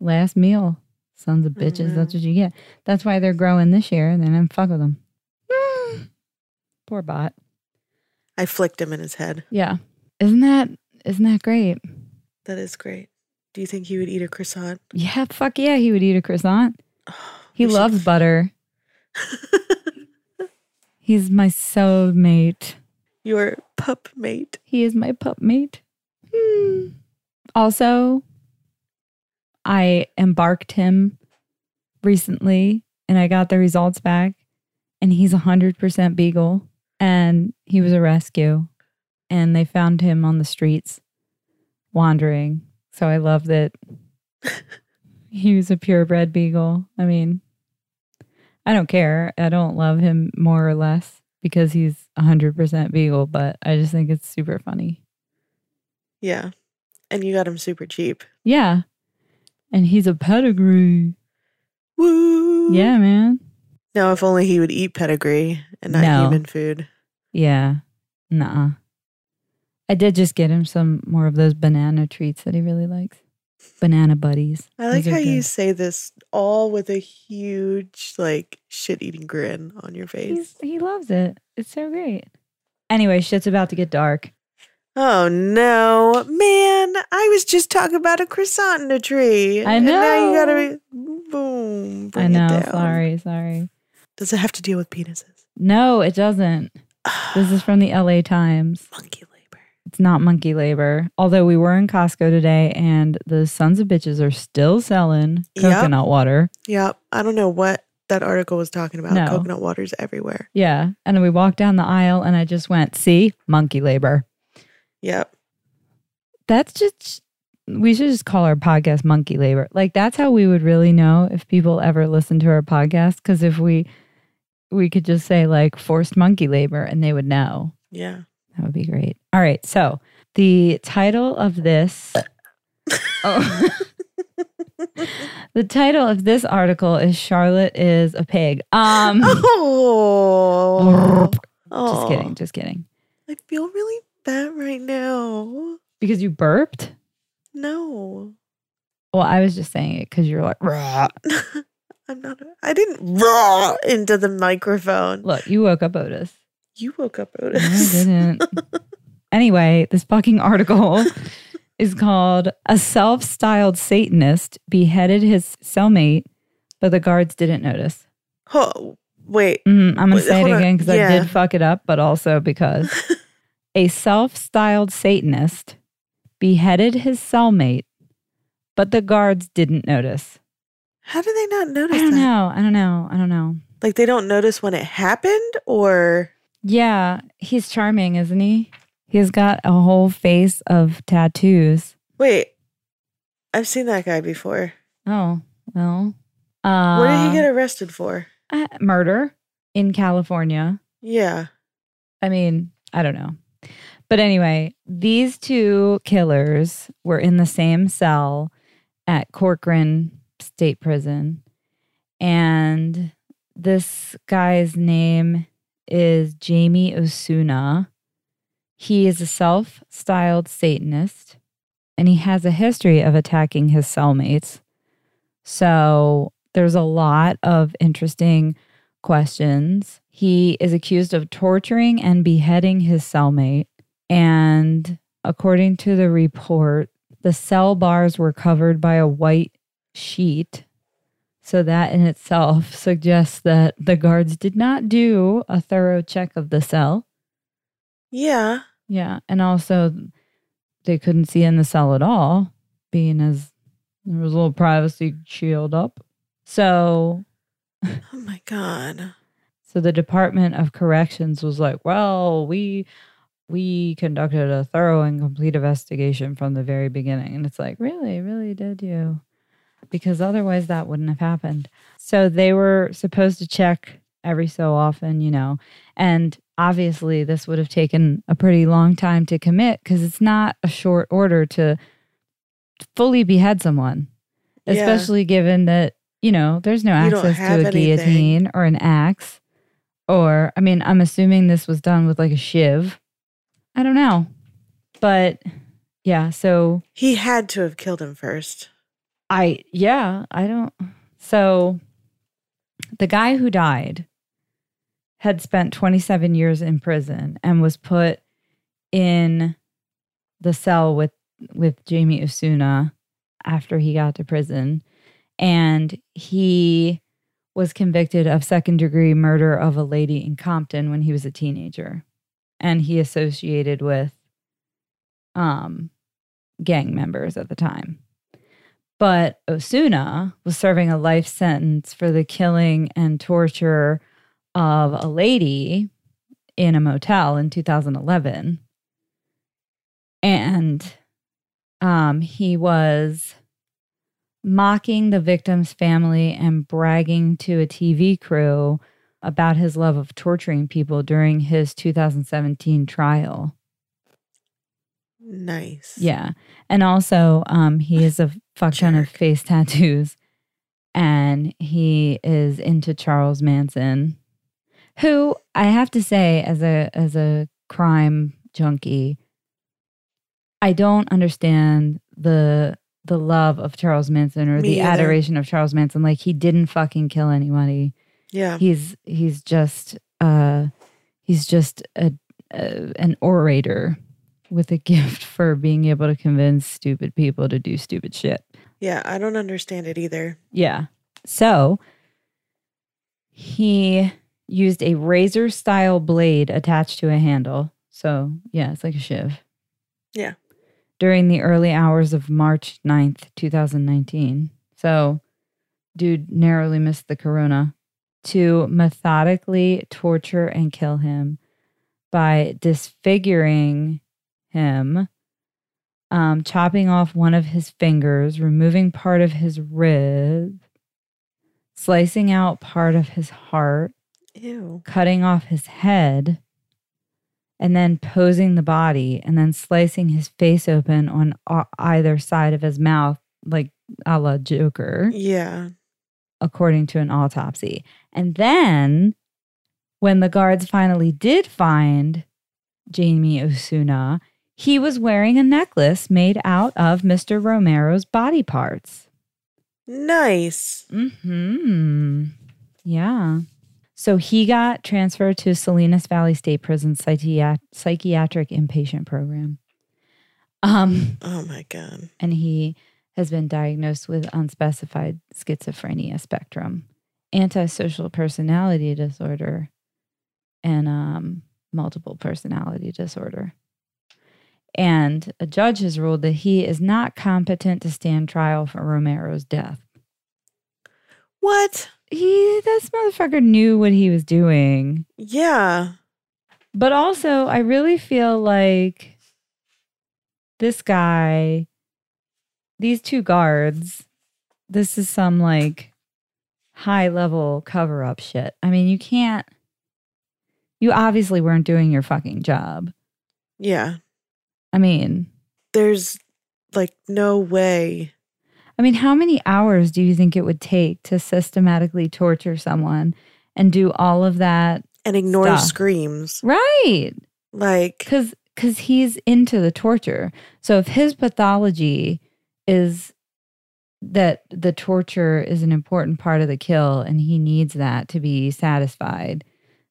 Speaker 1: last meal. Sons of
Speaker 2: Oh,
Speaker 1: bitches.
Speaker 2: no.
Speaker 1: That's what you get. That's why they're growing this year and then I'm fuck with them. Poor bot.
Speaker 2: I flicked him in his head.
Speaker 1: Yeah. Isn't that isn't that great?
Speaker 2: That is great. Do you think he would eat a croissant?
Speaker 1: Yeah, fuck yeah, he would eat a croissant. He
Speaker 2: We should-
Speaker 1: loves butter. He's my soulmate.
Speaker 2: your pup mate.
Speaker 1: He is my pup mate. Hmm. Also, I embarked him recently and I got the results back and he's 100% beagle and he was a rescue and they found him on the streets wandering. So I love that he was a purebred beagle. I mean, I don't care. I don't love him more or less because he's 100% beagle, but I just think it's super funny.
Speaker 2: Yeah. And you got him super cheap.
Speaker 1: Yeah. And he's a pedigree.
Speaker 2: Woo!
Speaker 1: Yeah, man.
Speaker 2: Now, if only he would eat pedigree and not
Speaker 1: No.
Speaker 2: human food.
Speaker 1: Yeah. Nah. I did just get him some more of those banana treats that he really likes. Banana buddies.
Speaker 2: I like
Speaker 1: Those are
Speaker 2: how you
Speaker 1: good.
Speaker 2: say this all with a huge, like, shit eating grin on your face.
Speaker 1: He's, he loves it. It's so great. Anyway, shit's about to get dark.
Speaker 2: Oh no, man! I was just talking about a croissant in a tree.
Speaker 1: I
Speaker 2: And now you
Speaker 1: know.
Speaker 2: gotta be, boom. Bring
Speaker 1: I
Speaker 2: It
Speaker 1: know.
Speaker 2: down.
Speaker 1: Sorry, sorry.
Speaker 2: Does it have to deal with penises?
Speaker 1: No, it doesn't. This is from the LA Times.
Speaker 2: monkey labor.
Speaker 1: It's not monkey labor. Although we were in Costco today and the sons of bitches are still selling
Speaker 2: Yep.
Speaker 1: coconut water.
Speaker 2: Yep. I don't know what that article was talking about.
Speaker 1: No.
Speaker 2: Coconut water's everywhere.
Speaker 1: Yeah. And then we walked down the aisle and I just went, see, monkey labor.
Speaker 2: Yep.
Speaker 1: That's just, we should just call our podcast monkey labor. Like, that's how we would really know if people ever listen to our podcast. Cause if we, we could just say like forced monkey labor and they would know.
Speaker 2: Yeah.
Speaker 1: That would be great. All right. So the title of this. oh. the title of this Um, article is Charlotte is a pig. Um
Speaker 2: Oh.
Speaker 1: Just
Speaker 2: Aw,
Speaker 1: kidding. Just kidding.
Speaker 2: I feel really bad right now.
Speaker 1: Because you burped?
Speaker 2: No.
Speaker 1: Well, I was just saying it because you're like, "Rah."
Speaker 2: I'm not. A, I didn't raw into the microphone.
Speaker 1: look, you woke up Otis.
Speaker 2: You woke up,
Speaker 1: No, I
Speaker 2: Otis.
Speaker 1: didn't. anyway, this fucking article is called A Self Styled Satanist Beheaded His Cellmate, but the guards didn't notice.
Speaker 2: Oh, wait.
Speaker 1: Mm, I'm going
Speaker 2: Wait,
Speaker 1: to say
Speaker 2: hold
Speaker 1: it
Speaker 2: on.
Speaker 1: again because I
Speaker 2: Yeah.
Speaker 1: did fuck it up, but also because a self styled Satanist beheaded his cellmate, but the guards didn't notice.
Speaker 2: How do they not notice
Speaker 1: I don't
Speaker 2: that?
Speaker 1: know. I don't know. I don't know.
Speaker 2: Like they don't notice when it happened, or
Speaker 1: Yeah, he's charming, isn't he? He's got a whole face of tattoos.
Speaker 2: wait. I've seen that guy before.
Speaker 1: Oh, well. Uh,
Speaker 2: what did he get arrested for?
Speaker 1: uh, murder in California.
Speaker 2: Yeah.
Speaker 1: I mean, I don't know. But anyway, these two killers were in the same cell at Corcoran State Prison. And this guy's name is Jamie Osuna. He is a self styled Satanist and he has a history of attacking his cellmates. So there's a lot of interesting questions. He is accused of torturing and beheading his cellmate. And according to the report, the cell bars were covered by a white sheet. So, that in itself suggests that the guards did not do a thorough check of the cell.
Speaker 2: Yeah.
Speaker 1: Yeah. And also, they couldn't see in the cell at all, being as there was a little privacy shield up. So,
Speaker 2: Oh my god.
Speaker 1: So the Department of Corrections was like, "Well, we we conducted a thorough and complete investigation from the very beginning." And it's like, "Really? Really did you?" Because otherwise that wouldn't have happened. So they were supposed to check every so often, you know. And obviously this would have taken a pretty long time to commit cuz it's not a short order to fully behead someone.
Speaker 2: Yeah.
Speaker 1: Especially given that, you know, there's no
Speaker 2: You don't
Speaker 1: access
Speaker 2: have
Speaker 1: to a
Speaker 2: anything.
Speaker 1: guillotine or an axe. Or, I mean, I'm assuming this was done with like a shiv. I don't know. But yeah, so
Speaker 2: He had to have killed him first.
Speaker 1: I, yeah, I don't. So the guy who died had spent 27 years in prison and was put in the cell with with Jamie Usuna after he got to prison and he was convicted of second degree murder of a lady in Compton when he was a teenager and he associated with um gang members at the time but Osuna was serving a life sentence for the killing and torture of a lady in a motel in 2011. And um, he was mocking the victim's family and bragging to a TV crew about his love of torturing people during his 2017 trial.
Speaker 2: Nice.
Speaker 1: Yeah. And also, um, he is a fuck ton of
Speaker 2: Jerk.
Speaker 1: face tattoos and he is into Charles Manson, who I have to say, as a as a crime junkie, I don't understand the the love of Charles Manson or
Speaker 2: Me
Speaker 1: the
Speaker 2: either.
Speaker 1: adoration of Charles Manson. Like he didn't fucking kill anybody
Speaker 2: Yeah.
Speaker 1: he's he's just uh he's just a, a an orator with a gift for being able to convince stupid people to do stupid shit
Speaker 2: Yeah. I don't understand it either.
Speaker 1: yeah so he used a razor style blade attached to a handle so yeah it's like a shiv
Speaker 2: Yeah.
Speaker 1: during the early hours of march 9th 2019 so dude narrowly missed the corona to methodically torture and kill him by disfiguring him, um, chopping off one of his fingers, removing part of his rib, slicing out part of his heart,
Speaker 2: Ew.
Speaker 1: cutting off his head, and then posing the body, and then slicing his face open on o- either side of his mouth, like a la Joker
Speaker 2: Yeah.
Speaker 1: according to an autopsy. And then when the guards finally did find Jamie Osuna, he was wearing a necklace made out of Mr. Romero's body parts.
Speaker 2: Nice.
Speaker 1: Hmm. Yeah. So he got transferred to Salinas Valley State Prison psychiat- psychiatric inpatient program. Um,
Speaker 2: Oh my God.
Speaker 1: and he has been diagnosed with unspecified schizophrenia spectrum, antisocial personality disorder, and um, multiple personality disorder. And a judge has ruled that he is not competent to stand trial for Romero's death.
Speaker 2: What?
Speaker 1: He, this motherfucker knew what he was doing.
Speaker 2: Yeah.
Speaker 1: But also, I really feel like this guy, these two guards, this is some like high level cover up shit. I mean, you can't, you obviously weren't doing your fucking job.
Speaker 2: Yeah.
Speaker 1: I mean,
Speaker 2: There's like no way.
Speaker 1: I mean, how many hours do you think it would take to systematically torture someone and do all of that?
Speaker 2: And ignore
Speaker 1: Stuff.
Speaker 2: screams.
Speaker 1: Right.
Speaker 2: Like,
Speaker 1: because because he's into the torture so if his pathology is that the torture is an important part of the kill and he needs that to be satisfied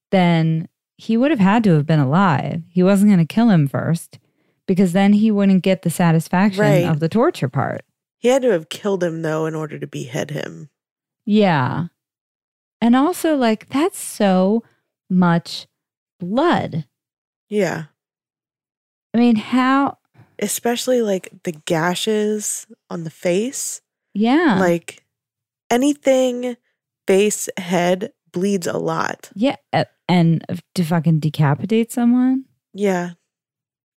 Speaker 1: then he would have had to have been alive he wasn't going to kill him first because then he wouldn't get the satisfaction
Speaker 2: Right.
Speaker 1: of the torture part
Speaker 2: he had to have killed him though in order to behead him.
Speaker 1: yeah and also like that's so much blood
Speaker 2: Yeah.
Speaker 1: i mean how
Speaker 2: Especially like the gashes on the face.
Speaker 1: yeah
Speaker 2: Like anything face, head bleeds a lot.
Speaker 1: Yeah, a- and f- to fucking decapitate someone,
Speaker 2: Yeah.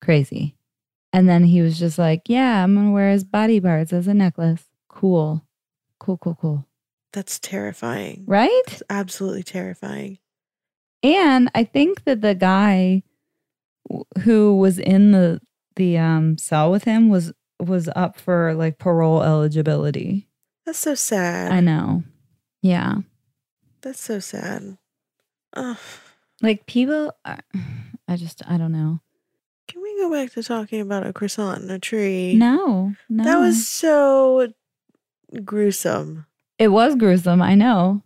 Speaker 1: crazy. And then he was just like, "Yeah, I'm gonna wear his body parts as a necklace. Cool, cool, cool, cool.
Speaker 2: That's terrifying.
Speaker 1: Right?"
Speaker 2: It's absolutely terrifying.
Speaker 1: And I think that the guy w- who was in the the um, cell with him was was up for like parole eligibility.
Speaker 2: That's so
Speaker 1: I
Speaker 2: sad.
Speaker 1: know. Yeah.
Speaker 2: That's so sad. Ugh.
Speaker 1: Like people, are, I just I don't know.
Speaker 2: Can we go back to talking about a croissant and a tree?
Speaker 1: No, no.
Speaker 2: That was so gruesome.
Speaker 1: It was gruesome, I know.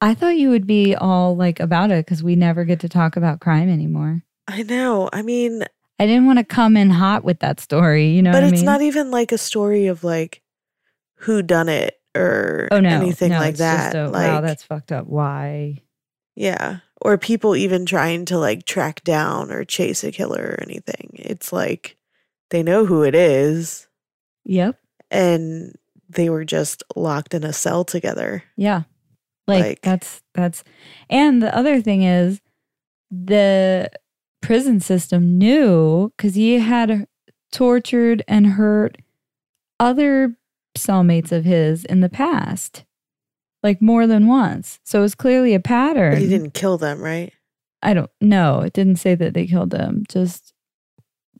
Speaker 1: I thought you would be all like about it because we never get to talk about crime anymore.
Speaker 2: I know. I mean,
Speaker 1: I didn't want to come in hot with that story, you know.
Speaker 2: but
Speaker 1: what I
Speaker 2: it's
Speaker 1: mean?
Speaker 2: not even like a story of like who done it or
Speaker 1: oh no,
Speaker 2: anything
Speaker 1: no,
Speaker 2: like
Speaker 1: it's
Speaker 2: that.
Speaker 1: Just a,
Speaker 2: like
Speaker 1: wow, that's fucked up. Why?
Speaker 2: yeah. Or people even trying to like track down or chase a killer or anything. It's like they know who it is
Speaker 1: Yep.
Speaker 2: and they were just locked in a cell together.
Speaker 1: Yeah. Like,
Speaker 2: Like-
Speaker 1: that's that's, and the other thing is, the prison system knew because he had tortured and hurt other cellmates of his in the past, like more than once. So it was clearly a pattern.
Speaker 2: But he didn't kill them, right?
Speaker 1: I don't know. It didn't say that they killed him. Just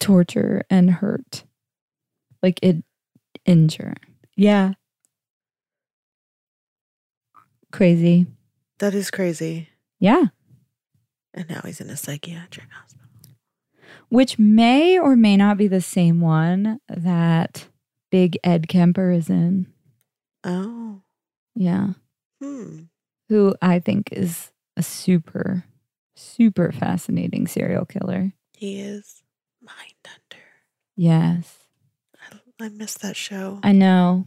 Speaker 1: torture and hurt, like it injure. Yeah. Crazy.
Speaker 2: That is crazy.
Speaker 1: Yeah.
Speaker 2: And now he's in a psychiatric hospital.
Speaker 1: Which may or may not be the same one that Big Ed Kemper is in.
Speaker 2: Oh.
Speaker 1: Yeah.
Speaker 2: Hmm.
Speaker 1: Who I think is a super, super fascinating serial killer.
Speaker 2: He is Mindhunter.
Speaker 1: Yes.
Speaker 2: I, I miss that show.
Speaker 1: I know.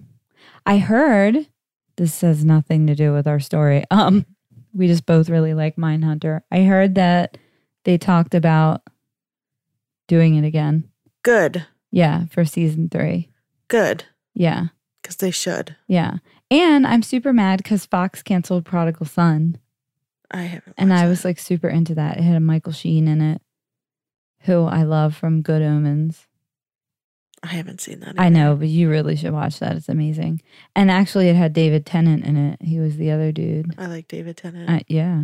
Speaker 1: I heard this has nothing to do with our story. Um, we just both really like Mindhunter. I heard that they talked about doing it again.
Speaker 2: good.
Speaker 1: Yeah, for season three.
Speaker 2: Good.
Speaker 1: Yeah,
Speaker 2: Because they should.
Speaker 1: yeah. And I'm super mad because Fox canceled Prodigal Son,
Speaker 2: I haven't.
Speaker 1: and
Speaker 2: watched
Speaker 1: I
Speaker 2: that.
Speaker 1: was like super into that. It had a Michael Sheen in it, who I love from Good Omens.
Speaker 2: I haven't seen that.
Speaker 1: I
Speaker 2: either.
Speaker 1: know, but you really should watch that. It's amazing. And actually, it had David Tennant in it. He was the other dude.
Speaker 2: I like David Tennant.
Speaker 1: Uh, yeah.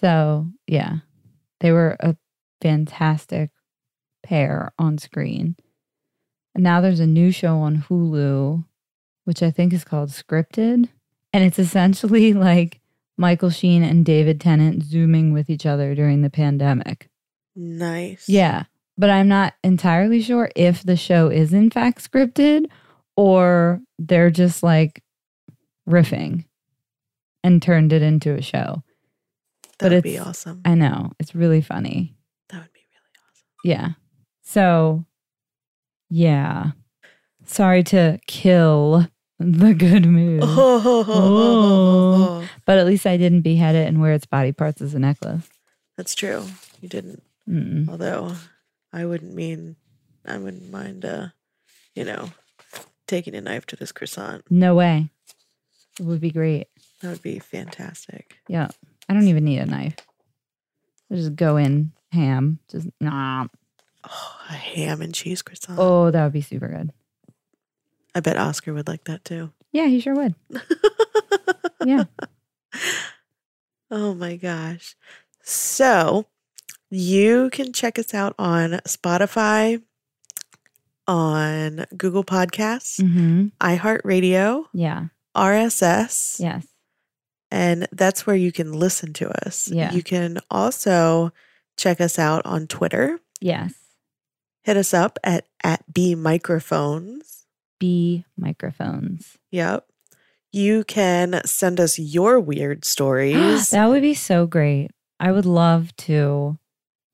Speaker 1: So, yeah, they were a fantastic pair on screen. And now there's a new show on Hulu, which I think is called Scripted. And it's essentially like Michael Sheen and David Tennant zooming with each other during the pandemic.
Speaker 2: Nice.
Speaker 1: Yeah, but I'm not entirely sure if the show is in fact scripted or they're just like riffing and turned it into a show.
Speaker 2: That
Speaker 1: but
Speaker 2: would be
Speaker 1: it's-
Speaker 2: awesome.
Speaker 1: I know, it's really funny.
Speaker 2: that would be really awesome.
Speaker 1: Yeah. So, yeah. Sorry to kill the good mood,
Speaker 2: Oh, oh, oh, oh, oh, oh.
Speaker 1: but at least I didn't behead it and wear its body parts as a necklace.
Speaker 2: That's true. You didn't.
Speaker 1: Mm-mm.
Speaker 2: Although I wouldn't mean I wouldn't mind uh, you know, taking a knife to this croissant.
Speaker 1: No way. It would be great.
Speaker 2: That would be fantastic.
Speaker 1: Yeah. I don't even need a knife. I just go in ham. Just nah.
Speaker 2: Oh, a ham and cheese croissant.
Speaker 1: Oh, that would be super good.
Speaker 2: I bet Oscar would like that too.
Speaker 1: Yeah, he sure would. Yeah.
Speaker 2: Oh my gosh. So you can check us out on Spotify, on Google Podcasts,
Speaker 1: hmm
Speaker 2: iHeartRadio,
Speaker 1: Yeah.
Speaker 2: RSS,
Speaker 1: Yes.
Speaker 2: and that's where you can listen to us.
Speaker 1: Yeah.
Speaker 2: You can also check us out on Twitter.
Speaker 1: Yes.
Speaker 2: Hit us up at, at B Microphones.
Speaker 1: B microphones.
Speaker 2: Yep. You can send us your weird stories.
Speaker 1: Ah, that would be so great. I would love to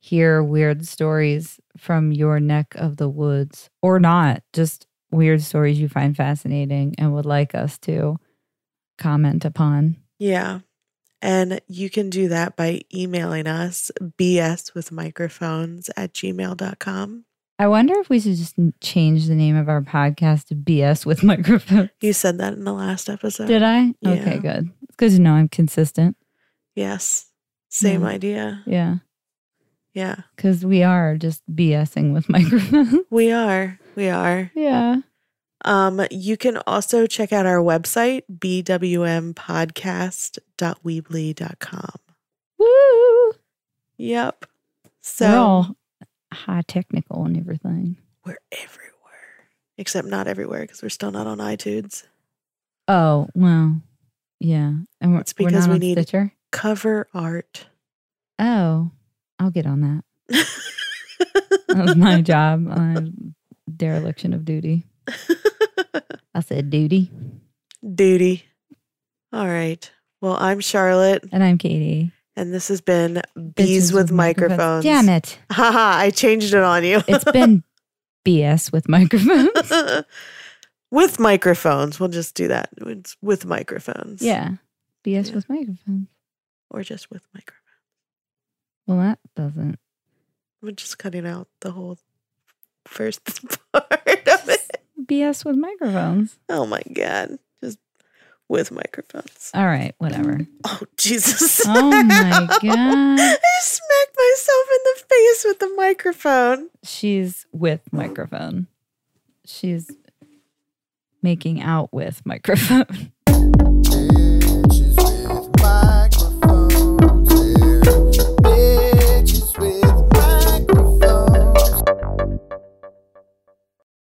Speaker 1: hear weird stories from your neck of the woods or not, just weird stories you find fascinating and would like us to comment upon.
Speaker 2: Yeah. And you can do that by emailing us bs with microphones at gmail.com.
Speaker 1: I wonder if we should just n- change the name of our podcast to BS with microphone.
Speaker 2: You said that in the last episode.
Speaker 1: Did I?
Speaker 2: Yeah.
Speaker 1: Okay, good. It's good to know I'm consistent.
Speaker 2: Yes. Same
Speaker 1: Yeah.
Speaker 2: idea.
Speaker 1: Yeah.
Speaker 2: Yeah.
Speaker 1: Because we are just BSing with microphone.
Speaker 2: We are. We are.
Speaker 1: yeah.
Speaker 2: Um, you can also check out our website, bwmpodcast.weebly.com.
Speaker 1: Woo.
Speaker 2: Yep. So
Speaker 1: We're all high technical and everything.
Speaker 2: we're everywhere, except not everywhere because we're still not on iTunes.
Speaker 1: Oh, well. Yeah. And we're,
Speaker 2: It's
Speaker 1: we're
Speaker 2: because
Speaker 1: not
Speaker 2: we
Speaker 1: on
Speaker 2: need-
Speaker 1: Stitcher.
Speaker 2: Cover art.
Speaker 1: Oh, I'll get on that. That was my job. My dereliction of duty. I said duty.
Speaker 2: Duty. All right. Well, I'm Charlotte,
Speaker 1: And I'm Katie.
Speaker 2: and this has been Bees
Speaker 1: Bitches
Speaker 2: with, Microphones.
Speaker 1: Damn it.
Speaker 2: Haha, I changed it on you.
Speaker 1: It's been BS with microphones.
Speaker 2: with microphones. We'll just do that. It's with microphones.
Speaker 1: yeah. BS
Speaker 2: Yeah.
Speaker 1: with microphones.
Speaker 2: Or just with microphones.
Speaker 1: Well, that doesn't.
Speaker 2: We're just cutting out the whole first part of it.
Speaker 1: BS with microphones.
Speaker 2: Oh my God. Just with microphones.
Speaker 1: All right, whatever.
Speaker 2: Oh, Jesus.
Speaker 1: Oh my
Speaker 2: Ow.
Speaker 1: God.
Speaker 2: I smacked myself in the face with the microphone.
Speaker 1: She's with microphone. She's making out with microphone.